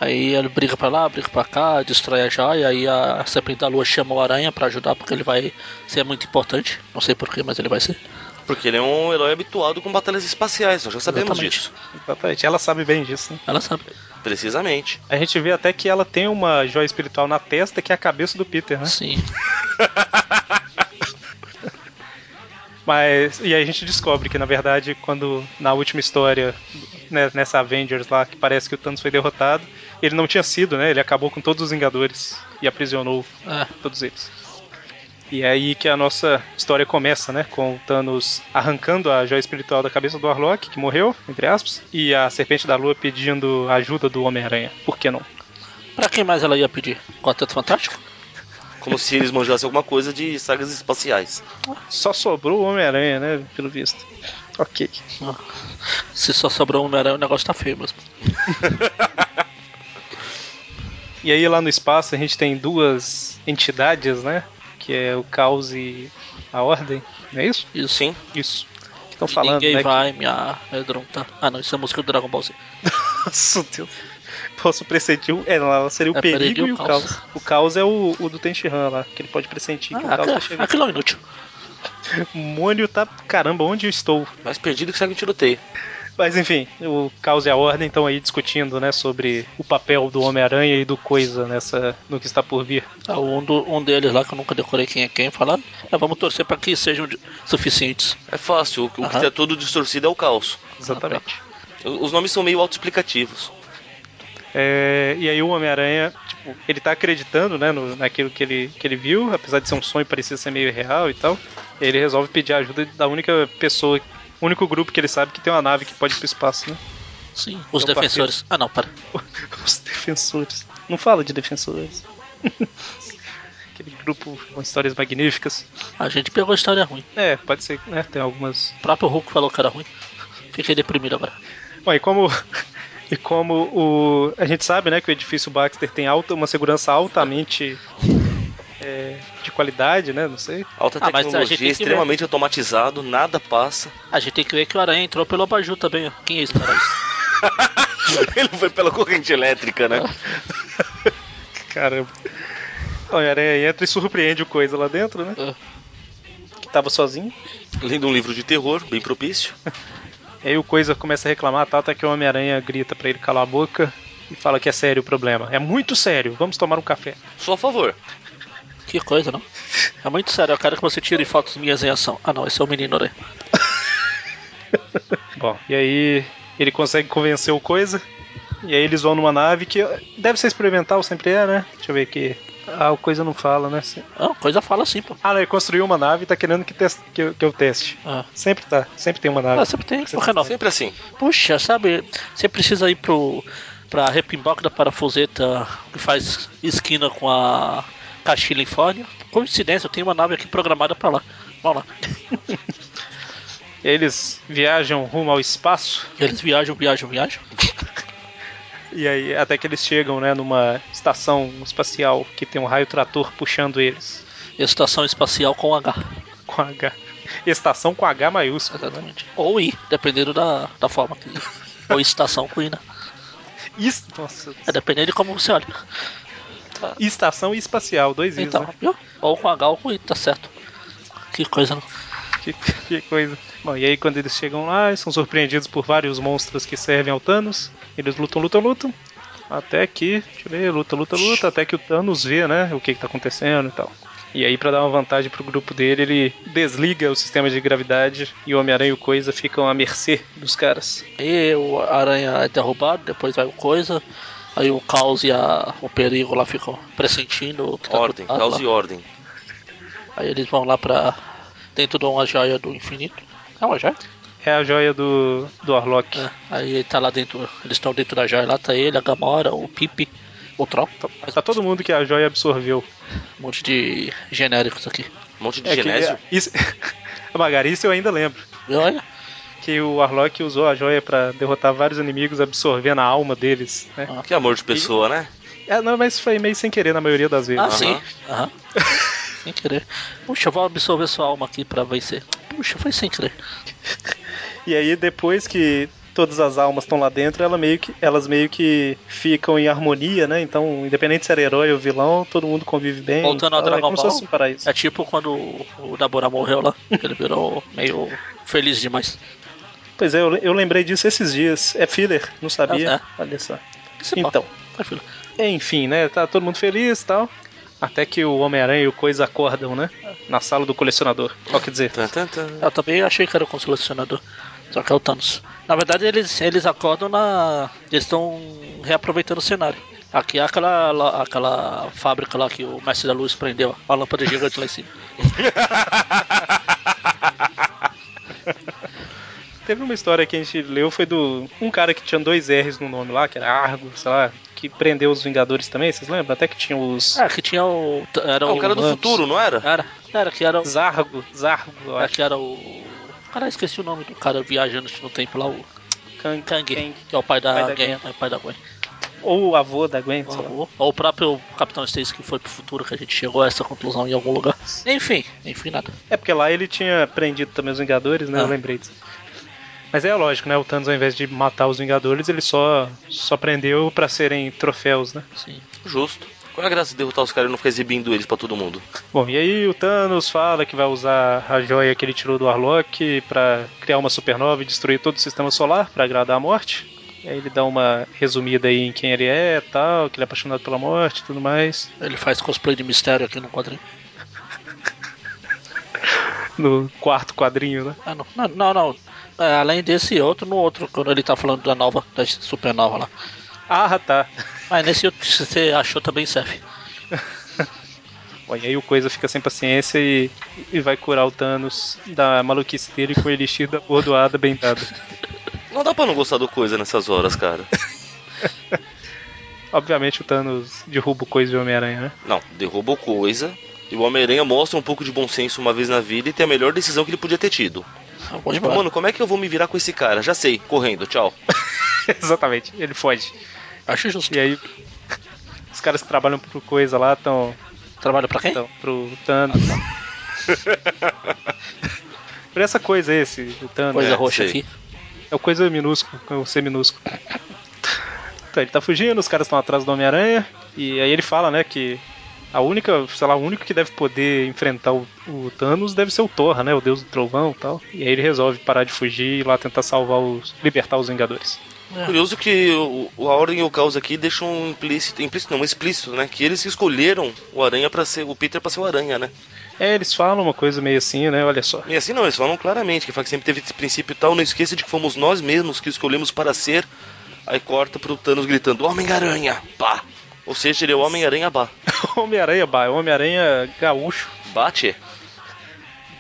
Aí ele briga pra lá, briga pra cá, distrai a joia, aí a Serpente da Lua chama o Aranha pra ajudar, porque ele vai ser muito importante, não sei porquê, mas ele vai ser.
Porque ele é um herói habituado com batalhas espaciais, nós já sabemos
Exatamente.
disso.
Exatamente. Ela sabe bem disso, né?
Ela sabe.
Precisamente.
A gente vê até que ela tem uma joia espiritual na testa que é a cabeça do Peter, né?
Sim,
Mas e aí a gente descobre que na verdade quando na última história né, nessa Avengers lá que parece que o Thanos foi derrotado, ele não tinha sido, né? Ele acabou com todos os Vingadores e aprisionou
é.
todos eles. E é aí que a nossa história começa, né? Com o Thanos arrancando a joia espiritual da cabeça do Arlok, que morreu, entre aspas, e a Serpente da Lua pedindo ajuda do Homem-Aranha. Por que não?
Pra quem mais ela ia pedir? Quarteto Fantástico?
Como se eles manjassem alguma coisa de sagas espaciais.
Só sobrou o Homem-Aranha, né? Pelo visto. Ok.
Não. Se só sobrou um Homem-Aranha, o negócio tá feio mesmo.
E aí lá no espaço a gente tem duas entidades, né? Que é o caos e a ordem, não é isso?
Isso.
Sim.
Isso. Que estão
E
falando,
Ninguém
né?
vai me amedrontar. Ah, não, isso é música do Dragon Ball Z.
Nossa, Deus. Posso pressentir o... É, lá seria o
É,
perigo e o caos. O caos é o, o do Tenshinhan lá, que ele pode pressentir que
Ah,
o caos
aquilo,
tá chegando.
aquilo é um inútil.
O Mônio tá... Caramba, onde eu estou?
Mais perdido que segue um tiroteio.
Mas enfim, o caos e a ordem estão aí discutindo, né? Sobre o papel do Homem-Aranha e do Coisa nessa... No que está por vir.
Ah, um, do- um deles lá, que eu nunca decorei quem é quem, fala, "Ah, vamos torcer pra que sejam de- suficientes.
É fácil, o, o que
Aham.
é todo distorcido é o caos.
Exatamente.
O- Os nomes são meio autoexplicativos.
É, e aí o Homem-Aranha, tipo, ele tá acreditando, né, no- naquilo que ele, que ele viu, apesar de ser um sonho, parecia ser meio real e tal. Ele resolve pedir ajuda da única pessoa, único grupo que ele sabe que tem uma nave que pode ir pro espaço, né?
Sim. Os
É o
defensores. Ah, não, para.
Os defensores. Não fala de defensores. Aquele grupo com histórias magníficas.
A gente pegou a história ruim.
É, pode ser, né? Tem algumas
O próprio Hulk falou que era ruim. Fiquei deprimido agora.
Bom, e como, e como o, a gente sabe né, que o edifício Baxter tem alta, uma segurança altamente é, de qualidade, né? Não sei.
Alta
Ah, mas a gente
tecnologia,
tem que
extremamente automatizado, nada passa.
A gente tem que ver que o Aranha entrou pelo abajur também. ó. Quem é ia esperar isso?
Ele foi pela corrente elétrica, né?
Caramba. O Homem-Aranha entra e surpreende o coisa lá dentro, né? Que tava sozinho.
Lendo um livro de terror, bem propício.
E aí o coisa começa a reclamar, tá? Até que o Homem-Aranha grita pra ele calar a boca e fala que é sério o problema. É muito sério, vamos tomar um café.
Só a favor.
que coisa, não? É muito sério, eu quero que você tire fotos minhas em ação. Ah, não, esse é o menino Aranha.
Bom, e aí ele consegue convencer o coisa. E aí eles vão numa nave que deve ser experimental, sempre é, né? Deixa eu ver aqui. Ah, o coisa não fala, né? Se-
Ah, coisa fala assim, pô.
Ah, não, ele construiu uma nave e tá querendo que, tes- que eu- que eu teste.
Ah.
Sempre tá, sempre tem uma nave.
Ah, sempre tem, por que não?
Sempre assim.
Puxa, sabe, você precisa ir pro pra repimboca da parafuseta que faz esquina com a Caxi Linfórnia. Coincidência, eu tenho uma nave aqui programada pra lá. Vamos lá.
E aí eles viajam rumo ao espaço
E eles viajam, viajam, viajam.
e aí até que eles chegam, né, numa estação espacial que tem um raio trator puxando eles
Estação espacial com H.
com H. Estação com H maiúsculo, né?
Exatamente. Ou I, dependendo da, da forma que. Ou estação com I, né?
Is- Nossa,
É dependendo de como você olha.
estação espacial, dois is,
Então,
né?
viu? Ou com H ou com I, tá certo. Que coisa, né? não?
Que, que coisa. Bom, e aí quando eles chegam lá, eles são surpreendidos por vários monstros que servem ao Thanos. Eles lutam, lutam, lutam. Até que, deixa eu ver, luta, luta, luta, até que o Thanos vê, né, o que, que tá acontecendo e tal. E aí, pra dar uma vantagem pro grupo dele, ele desliga o sistema de gravidade e o Homem-Aranha e o Coisa ficam à mercê dos caras.
E o Aranha é derrubado, depois vai o Coisa. Aí o caos e a- o perigo lá ficam pressentindo. o que tá
Ordem,
Ah,
acontecendo
caos
lá.
e ordem.
Aí eles vão lá pra. dentro de uma joia do infinito. É uma joia?
É a joia do, do Orlok.
É. Aí ele tá lá dentro. Eles estão dentro da joia lá, tá ele, a Gamora, o Pipe, o Troll.
Tá todo mundo que a joia absorveu.
Um monte de genéricos aqui.
Um monte de
É que-
genésio.
Isso... Magari, isso eu ainda lembro.
E olha,
Que o Arlok usou a joia pra derrotar vários inimigos, absorvendo a alma deles. Né?
Ah.
Que amor de pessoa, né?
É, não, mas foi meio sem querer na maioria das vezes.
Ah, sim. Aham. sem querer. Puxa, eu vou absorver sua alma aqui pra vencer. Puxa, foi sem querer. Ah.
E aí depois que todas as almas estão lá dentro, ela meio que, elas meio que ficam em harmonia, né? Então, independente se era herói ou vilão, todo mundo convive bem.
Voltando ao
Então, é
Dragon
como se
Ball.
fosse um paraíso.
É tipo quando o Dabora morreu lá, que ele virou meio feliz demais.
Pois é, eu, eu lembrei disso esses dias. É filler, não sabia. Olha só.
Esse
Então,
pau, tá, filho?
enfim, né? Tá todo mundo feliz e tal. Até que o Homem-Aranha e o Coisa acordam, né? Na sala do colecionador. Ó, quer dizer,
Tan, tan, tan.
Eu também achei que era o consolacionador, só que é o Thanos. Na verdade, eles, eles acordam na. Eles estão reaproveitando o cenário. Aqui é aquela, lá- aquela fábrica lá que o Mestre da Luz prendeu a lâmpada gigante lá em cima.
Teve uma história que a gente leu, foi do um cara que tinha dois R's no nome lá, que era Argo, sei lá, que prendeu os Vingadores também, vocês lembram? Até que tinha os
Ah, que tinha o. Era
Ah, o cara do
Humanos.
futuro, não era?
Era, era que era o.
Zargo, Zargo, eu
Era
acho.
que era o. Cara, esqueci o nome do cara viajando no tempo lá, o
Kang,
Kang,
Kang.
que é o pai da,
Pai da
Gwen, é o pai da Gwen.
Ou o avô da Gwen, sei lá.
Ou o próprio Capitão Stacy que foi pro futuro, que a gente chegou a essa conclusão em algum lugar. Enfim, enfim, nada.
É porque lá ele tinha prendido também os Vingadores, né?
Ah.
Eu lembrei disso. Mas é lógico, né? O Thanos, ao invés de matar os Vingadores, ele só, só prendeu pra serem troféus, né?
Sim.
Justo. Qual é a graça de derrotar os caras e não ficar exibindo eles pra todo mundo?
Bom, e aí o Thanos fala que vai usar a joia que ele tirou do Arlok pra criar uma supernova e destruir todo o sistema solar pra agradar a morte. E aí ele dá uma resumida aí em quem ele é tal, que ele é apaixonado pela morte e tudo mais.
Ele faz cosplay de mistério aqui no quadrinho.
No quarto quadrinho, né?
Ah, não, não, não. não. É, além desse outro, no outro, quando ele tá falando da nova, da supernova lá.
Ah, tá.
Mas nesse outro que você achou também serve.
Bom, e aí o Coisa fica sem paciência e, e vai curar o Thanos da maluquice dele com o elixir da bordoada bem dada.
Não dá pra não gostar do coisa nessas horas, cara.
Obviamente o Thanos derruba o Coisa e o Homem-Aranha, né?
Não, derrubou coisa. E o Homem-Aranha mostra um pouco de bom senso uma vez na vida e tem a melhor decisão que ele podia ter tido.
Eu vou
Tipo,
embora.
mano, como é que eu vou me virar com esse cara? Já sei, correndo, tchau.
Exatamente, ele foge.
Acho justo.
E aí os caras que trabalham pro Coisa lá estão
Trabalha pra quem?
Então, pro Thanos. Ah, tá. Por essa coisa esse, o Thanos.
Coisa
é,
roxa
sei.
aqui.
É o coisa minúsculo, é o C minúsculo. Então ele tá fugindo, os caras estão atrás do Homem-Aranha, e aí ele fala, né, que a única, sei lá, o único que deve poder enfrentar o, o Thanos deve ser o Torra, né, o deus do trovão e tal. E aí ele resolve parar de fugir e ir lá tentar salvar os, libertar os Vingadores.
Curioso que o, o- a ordem e o caos aqui deixam um implícito, implícito não, explícito, né? Que eles escolheram o Aranha para ser, o Peter pra ser o Aranha, né?
É, eles falam uma coisa meio assim, né, olha só.
E assim não, eles falam claramente que fala que sempre teve esse princípio e tal, não esqueça de que fomos nós mesmos que escolhemos para ser. Aí corta pro Thanos gritando, Homem-Aranha, pá! Ou seja, ele é o Homem-Aranha, bah.
Homem-Aranha, bah, Homem-Aranha gaúcho.
Bate?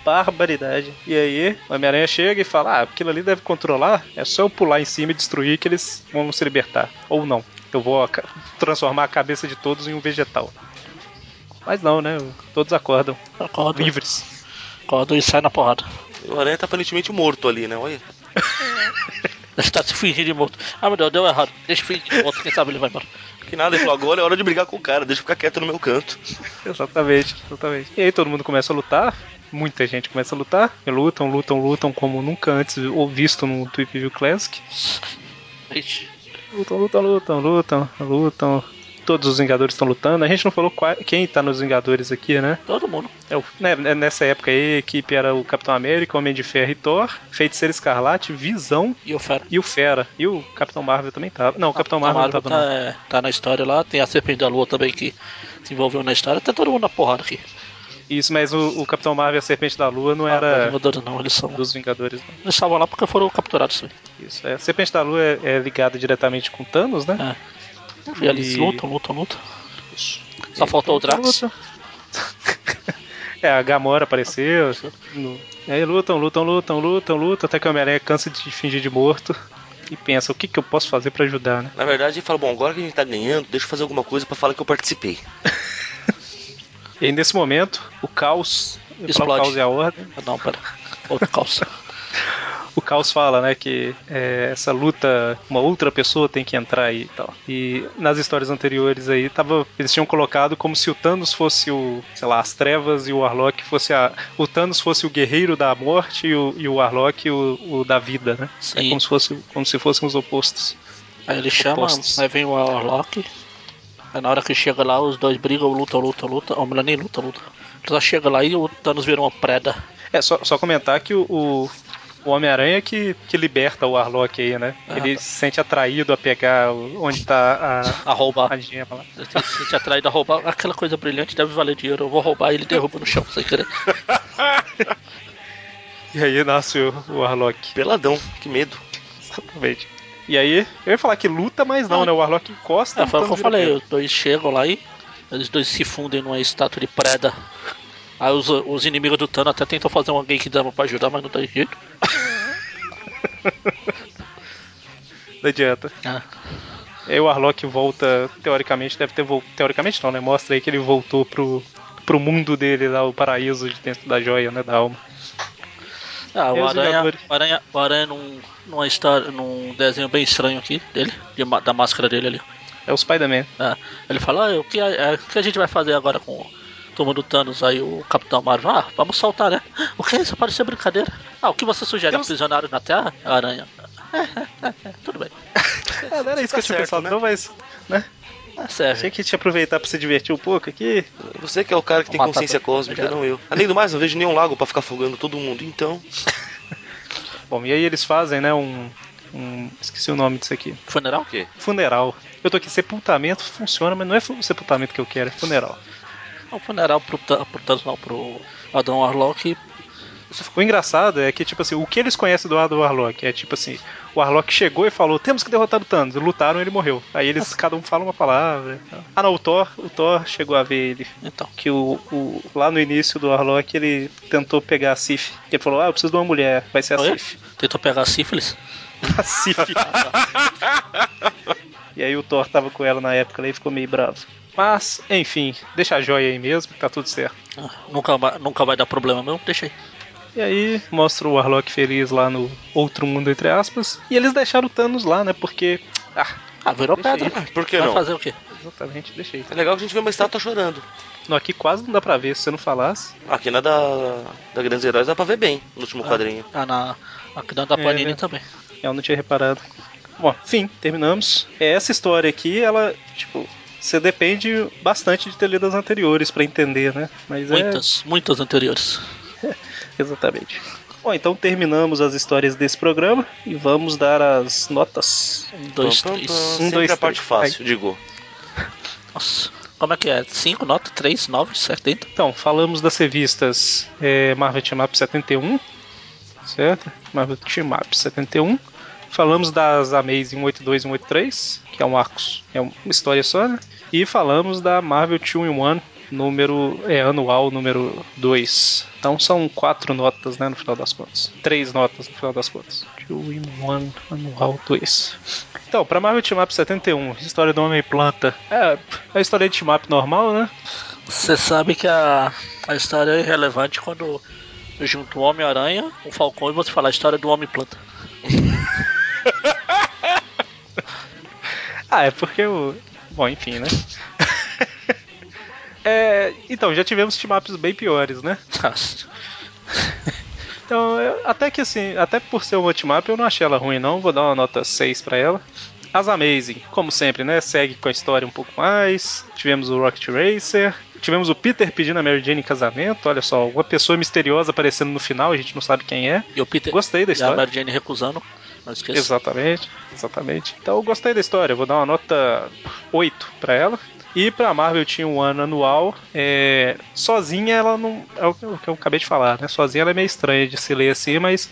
Barbaridade. E aí, o Homem-Aranha chega e fala: Ah, aquilo ali deve controlar. É só eu pular em cima e destruir que eles vão se libertar. Ou não. Eu vou aca- transformar a cabeça de todos em um vegetal. Mas não, né? Todos acordam.
Acordo,
Livres.
acordo e sai na porrada.
O Aranha tá aparentemente morto ali, né? Olha.
Ele tá se fingindo de morto. Ah, meu Deus, deu errado. Deixa eu fingir de morto, quem sabe ele vai embora.
Que nada, ele falou, agora é hora de brigar com o cara, deixa eu ficar quieto no meu canto.
Exatamente, exatamente. E aí todo mundo começa a lutar. Muita gente começa a lutar. E lutam, lutam, lutam como nunca antes ou visto no Tweep View Classic.
Ixi.
Lutam, lutam, lutam, lutam, lutam. Todos os Vingadores estão lutando. A gente não falou qua- quem tá nos Vingadores aqui, né?
Todo mundo.
É o- né, né, nessa época aí, a equipe era o Capitão América, Homem de Ferro e Thor, Feiticeiro Escarlate, Visão
E o Fera.
e o Fera. E o Capitão Marvel também tava. Não, o Capitão Marvel não
Marvel
tava,
tá,
não.
é, tá na história lá, tem a Serpente da Lua também que se envolveu na história, tá todo mundo na porrada aqui.
Isso, mas o, o Capitão Marvel e a Serpente da Lua não
Ah,
era
Não, não, não, eles são.
dos Vingadores, não.
Eles estavam lá porque foram capturados. sim.
Isso, é. A Serpente da Lua é, é ligada diretamente com Thanos, né?
É. E eles
E-
lutam, lutam, lutam. Só faltou o Drax.
Luta. Então É, a Gamora apareceu. No- Aí lutam, lutam, lutam, lutam, lutam, até que o Homem-Aranha cansa de fingir de morto e pensa, o que, que eu posso fazer pra ajudar, né?
Na verdade, ele fala: Bom, agora que a gente tá ganhando, deixa eu fazer alguma coisa pra falar que eu participei.
E aí, nesse momento, o caos.
Explode.
O caos e a ordem.
Ah, Não, pera. Outra calça.
O caos fala, né, que é, essa luta, uma outra pessoa tem que entrar aí e tal. E nas histórias anteriores aí, tava, eles tinham colocado como se o Thanos fosse o, sei lá, as trevas e o Warlock fosse a. O Thanos fosse o guerreiro da morte e o, e o Warlock o, o da vida, né? É
Sim.
como se, fosse, como se fossem os opostos.
Aí ele chama,
Opostos.
aí vem o Warlock. Aí na hora que chega lá, os dois brigam, lutam, lutam, lutam. Ou melhor, nem luta, luta. Só chega lá e o Thanos vira uma preda.
É, só, só comentar que o. o- o Homem-Aranha que, que liberta o Warlock aí, né?
Ah,
Ele
tá.
se sente atraído a pegar o- onde tá a,
A roubar.
a gema lá.
Se te atraído a roubar, aquela coisa brilhante deve valer dinheiro. Eu vou roubar e ele derruba no chão sem querer.
E aí nasce o, o Warlock.
Peladão, que medo.
Exatamente. E aí, eu ia falar que luta, mas não, né? O Warlock encosta.
Ah, foi o
então
que eu
vira
falei,
pedra.
os dois chegam lá e eles dois se fundem numa estátua de preda. Aí os, os inimigos do Thanos até tentam fazer uma Genkidama pra ajudar, mas não tem jeito.
Não adianta.
Ah,
E aí o Warlock volta, teoricamente, deve ter voltado. Teoricamente não, né? Mostra aí que ele voltou pro, pro mundo dele lá, o paraíso de dentro da joia, né? Da alma.
Ah,
E
o
os
Aranha,
Vingadores?
o Aranha, o Aranha é num, numa história, num desenho bem estranho aqui dele, de ma- da máscara dele ali.
É o Spider-Man.
Ah, ele fala, ah, o, que a, a- o que a gente vai fazer agora com o turma do Thanos? Aí o Capitão Marvel, ah, vamos soltar, né? O que? Isso parece brincadeira. Ah, o que você sugere?
Temos-
Aprisionário na Terra? Aranha. É, é, é, é, tudo bem.
É, não era isso que
Tá
eu tinha
certo,
pensado,
né?
não, mas. Né?
Ah, serve.
Achei que te aproveitar pra se divertir um pouco aqui.
Você que é o cara que tem
Matar
consciência
todo-
cósmica,
Obrigado.
não eu. Além do mais, não vejo nenhum lago pra ficar afogando todo mundo, então.
Bom, e aí eles fazem, né? Um. um esqueci o nome disso aqui.
Funeral?
Funeral. Eu tô aqui, sepultamento funciona, mas não é fu- sepultamento que eu quero, é funeral.
Não, funeral pro, Tha- pro Thanos, não, pro Adão Warlock.
O engraçado é que, tipo assim, o que eles conhecem do Adam Warlock é tipo assim: o Warlock chegou e falou, temos que derrotar o Thanos. Lutaram ele morreu. Aí eles, cada um fala uma palavra. Ah, não, o Thor, o Thor chegou a ver ele.
Então,
Que o, o- lá no início do Warlock ele tentou pegar a Sif. Ele falou, ah, eu preciso de uma mulher, vai ser a
Oi?
Sif.
tentou pegar a sífilis.
A Sif. e aí o Thor tava com ela na época e ficou meio bravo. Mas, enfim, deixa a joia aí mesmo, tá tudo certo.
Ah, nunca, vai- nunca vai dar problema mesmo, deixa aí.
E aí mostra o Warlock feliz lá no outro mundo, entre aspas. E eles deixaram o Thanos lá, né? Porque. Ah,
Ah, virou
Deixa
pedra.
Ah, Por que
Vai
não?
fazer o quê?
exatamente, deixei.
É legal que a gente vê uma estátua chorando.
Não, aqui quase não dá pra ver se você não falasse.
Aqui na da, da Grandes Heróis dá pra ver bem no último quadrinho.
Ah, na, aqui dentro da
É,
Panini
né?
também.
Eu não tinha reparado. Bom, fim, terminamos. É, Essa história aqui, ela, tipo, você depende bastante de ter lido as anteriores pra entender, né? Mas é,
Muitas, muitas anteriores.
Exatamente. Bom, então terminamos as histórias desse programa e vamos dar as notas.
Um, dois,
Pam, pam,
três.
pam.
Um,
Sempre
dois,
a parte
três.
fácil, digo.
Nossa, como é que é? 5, nota, 3, 9, 70.
Então, falamos das revistas é, Marvel Team Up 71, certo? Marvel Team Up 71. Falamos das Amazing 182 e 183, que é um arco, é uma história só, né? E falamos da Marvel 2 in 1, número é anual número 2. Então são quatro notas, né, no final das contas. Três notas no final das contas. 2 in 1, anual 2. Então, pra Marvel Team Up 71, história do Homem e Planta. É, é a história de Team Up normal, né?
Você sabe que a, a história é irrelevante quando eu junto o Homem-Aranha, o Falcão e você fala a história do Homem-Planta.
Ah, é porque o. Bom, enfim, né? É, então, já tivemos team-ups bem piores, né?
Nossa,
Então, eu- até que assim, até por ser uma team-up, eu não achei ela ruim, não. Vou dar uma nota 6 pra ela. As Amazing, como sempre, né? Segue com a história um pouco mais. Tivemos o Rocket Racer. Tivemos o Peter pedindo a Mary Jane em casamento. Olha só, uma pessoa misteriosa aparecendo no final, a gente não sabe quem é.
E o Peter
Gostei da
e a
história.
Mary Jane recusando. Não esqueça.
Exatamente, exatamente. Então eu gostei da história, eu vou dar uma nota 8 pra ela. E pra Marvel tinha um ano anual. é, sozinha ela não. É o que eu- o que eu acabei de falar, né? Sozinha ela é meio estranha de se ler assim, mas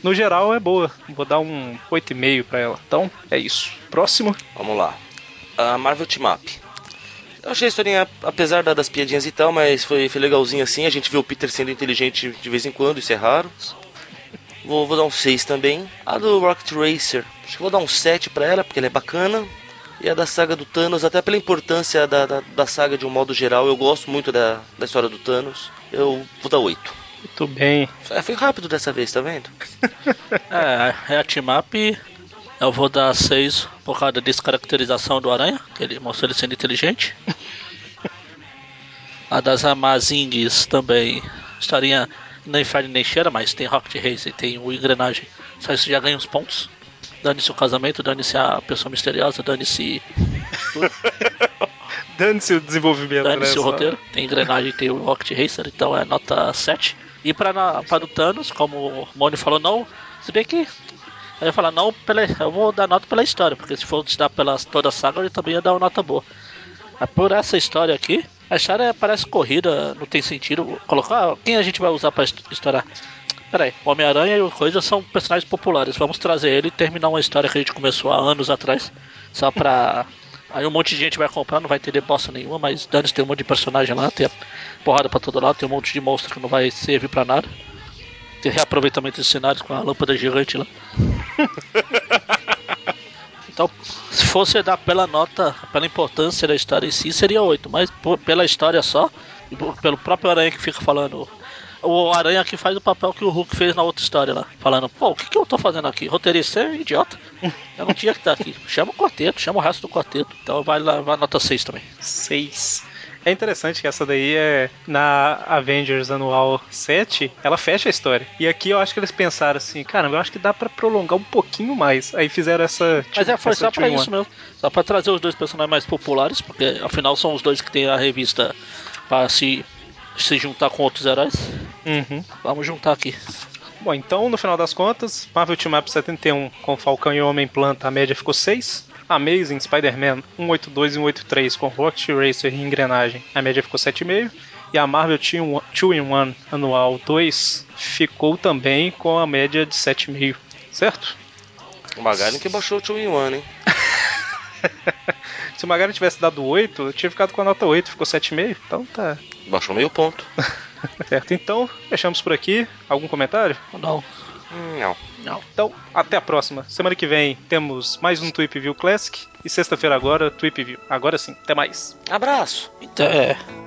no geral é boa. Vou dar um 8,5 pra ela. Então é isso. Próximo.
Vamos lá. a Marvel Team Up. Eu achei a historinha, apesar da- das piadinhas e tal, mas foi, foi legalzinha assim. A gente vê o Peter sendo inteligente de vez em quando, isso é raro. Vou, vou dar um 6 também. A do Rocket Racer, acho que vou dar um 7 pra ela, porque ela é bacana. E a da saga do Thanos, até pela importância da, da, da saga de um modo geral, eu gosto muito da, da história do Thanos. Eu vou dar 8.
Muito bem.
É, foi rápido dessa vez, tá vendo?
É, é a team up. Eu vou dar 6 por causa da descaracterização do Aranha, que ele mostrou ele sendo inteligente. a das Amazings também estaria nem fede nem cheira, mas tem Rocket Race e tem o Engrenagem. Só isso já ganha uns pontos. Dane-se o casamento, dane-se a pessoa misteriosa, dane-se
Dane-se o desenvolvimento, né?
dane-se o
só.
roteiro. Tem Engrenagem tem o Rocket Racer, então é nota 7. E para para o Thanos, como o Moni falou, não. Se bem que eu ia falar, não, pela, eu vou dar nota pela história, porque se fosse dar pela toda a saga, ele também ia dar uma nota boa. Mas por essa história aqui, a história parece corrida, não tem sentido colocar. Quem a gente vai usar pra his- estourar? Peraí, o Homem-Aranha e o Coisa são personagens populares. Vamos trazer ele e terminar uma história que a gente começou há anos atrás, só pra. Aí um monte de gente vai comprar, não vai entender bosta nenhuma, mas Danis tem um monte de personagem lá, tem porrada pra todo lado, tem um monte de monstro que não vai servir pra nada. Tem reaproveitamento de cenários com a lâmpada gigante lá. Então, se fosse dar pela nota, pela importância da história em si, seria 8. Mas por- pela história só, e por- pelo próprio Aranha que fica falando. O Aranha aqui faz o papel que o Hulk fez na outra história lá. Falando, pô, o que, que eu tô fazendo aqui? Roteirista é idiota. Eu não tinha que estar aqui. Chama o quarteto, chama o resto do quarteto. Então vai lá, vai nota 6 também.
6. É interessante que essa daí é na Avengers Anual 7, ela fecha a história. E aqui eu acho que eles pensaram assim, caramba, eu acho que dá pra prolongar um pouquinho mais. Aí fizeram essa.
Mas é, foi
essa
só pra
21.
isso mesmo. Só pra trazer os dois personagens mais populares, porque afinal são os dois que tem a revista pra se, se juntar com outros heróis.
Uhum.
Vamos juntar aqui.
Bom, então, no final das contas, Marvel Team Up 71 com Falcão e Homem Planta, a média ficou 6. Amazing Spider-Man 182 e 183 com Rocket Racer e Engrenagem, a média ficou 7,5. E a Marvel Team 2-in-1 Anual 2 ficou também com a média de 7,5, certo?
O Magalhães que baixou o 2 in 1, hein?
Se o Magari tivesse dado 8, eu tinha ficado com a nota 8, ficou 7,5, então tá
Baixou meio ponto.
certo. Então, fechamos por aqui. Algum comentário?
Não,
Hum, Não.
não.
Então, até a próxima. Semana que vem temos mais um Tweep View Classic. E sexta-feira agora, Tweep View. Agora sim, até mais.
Abraço.
Então, é.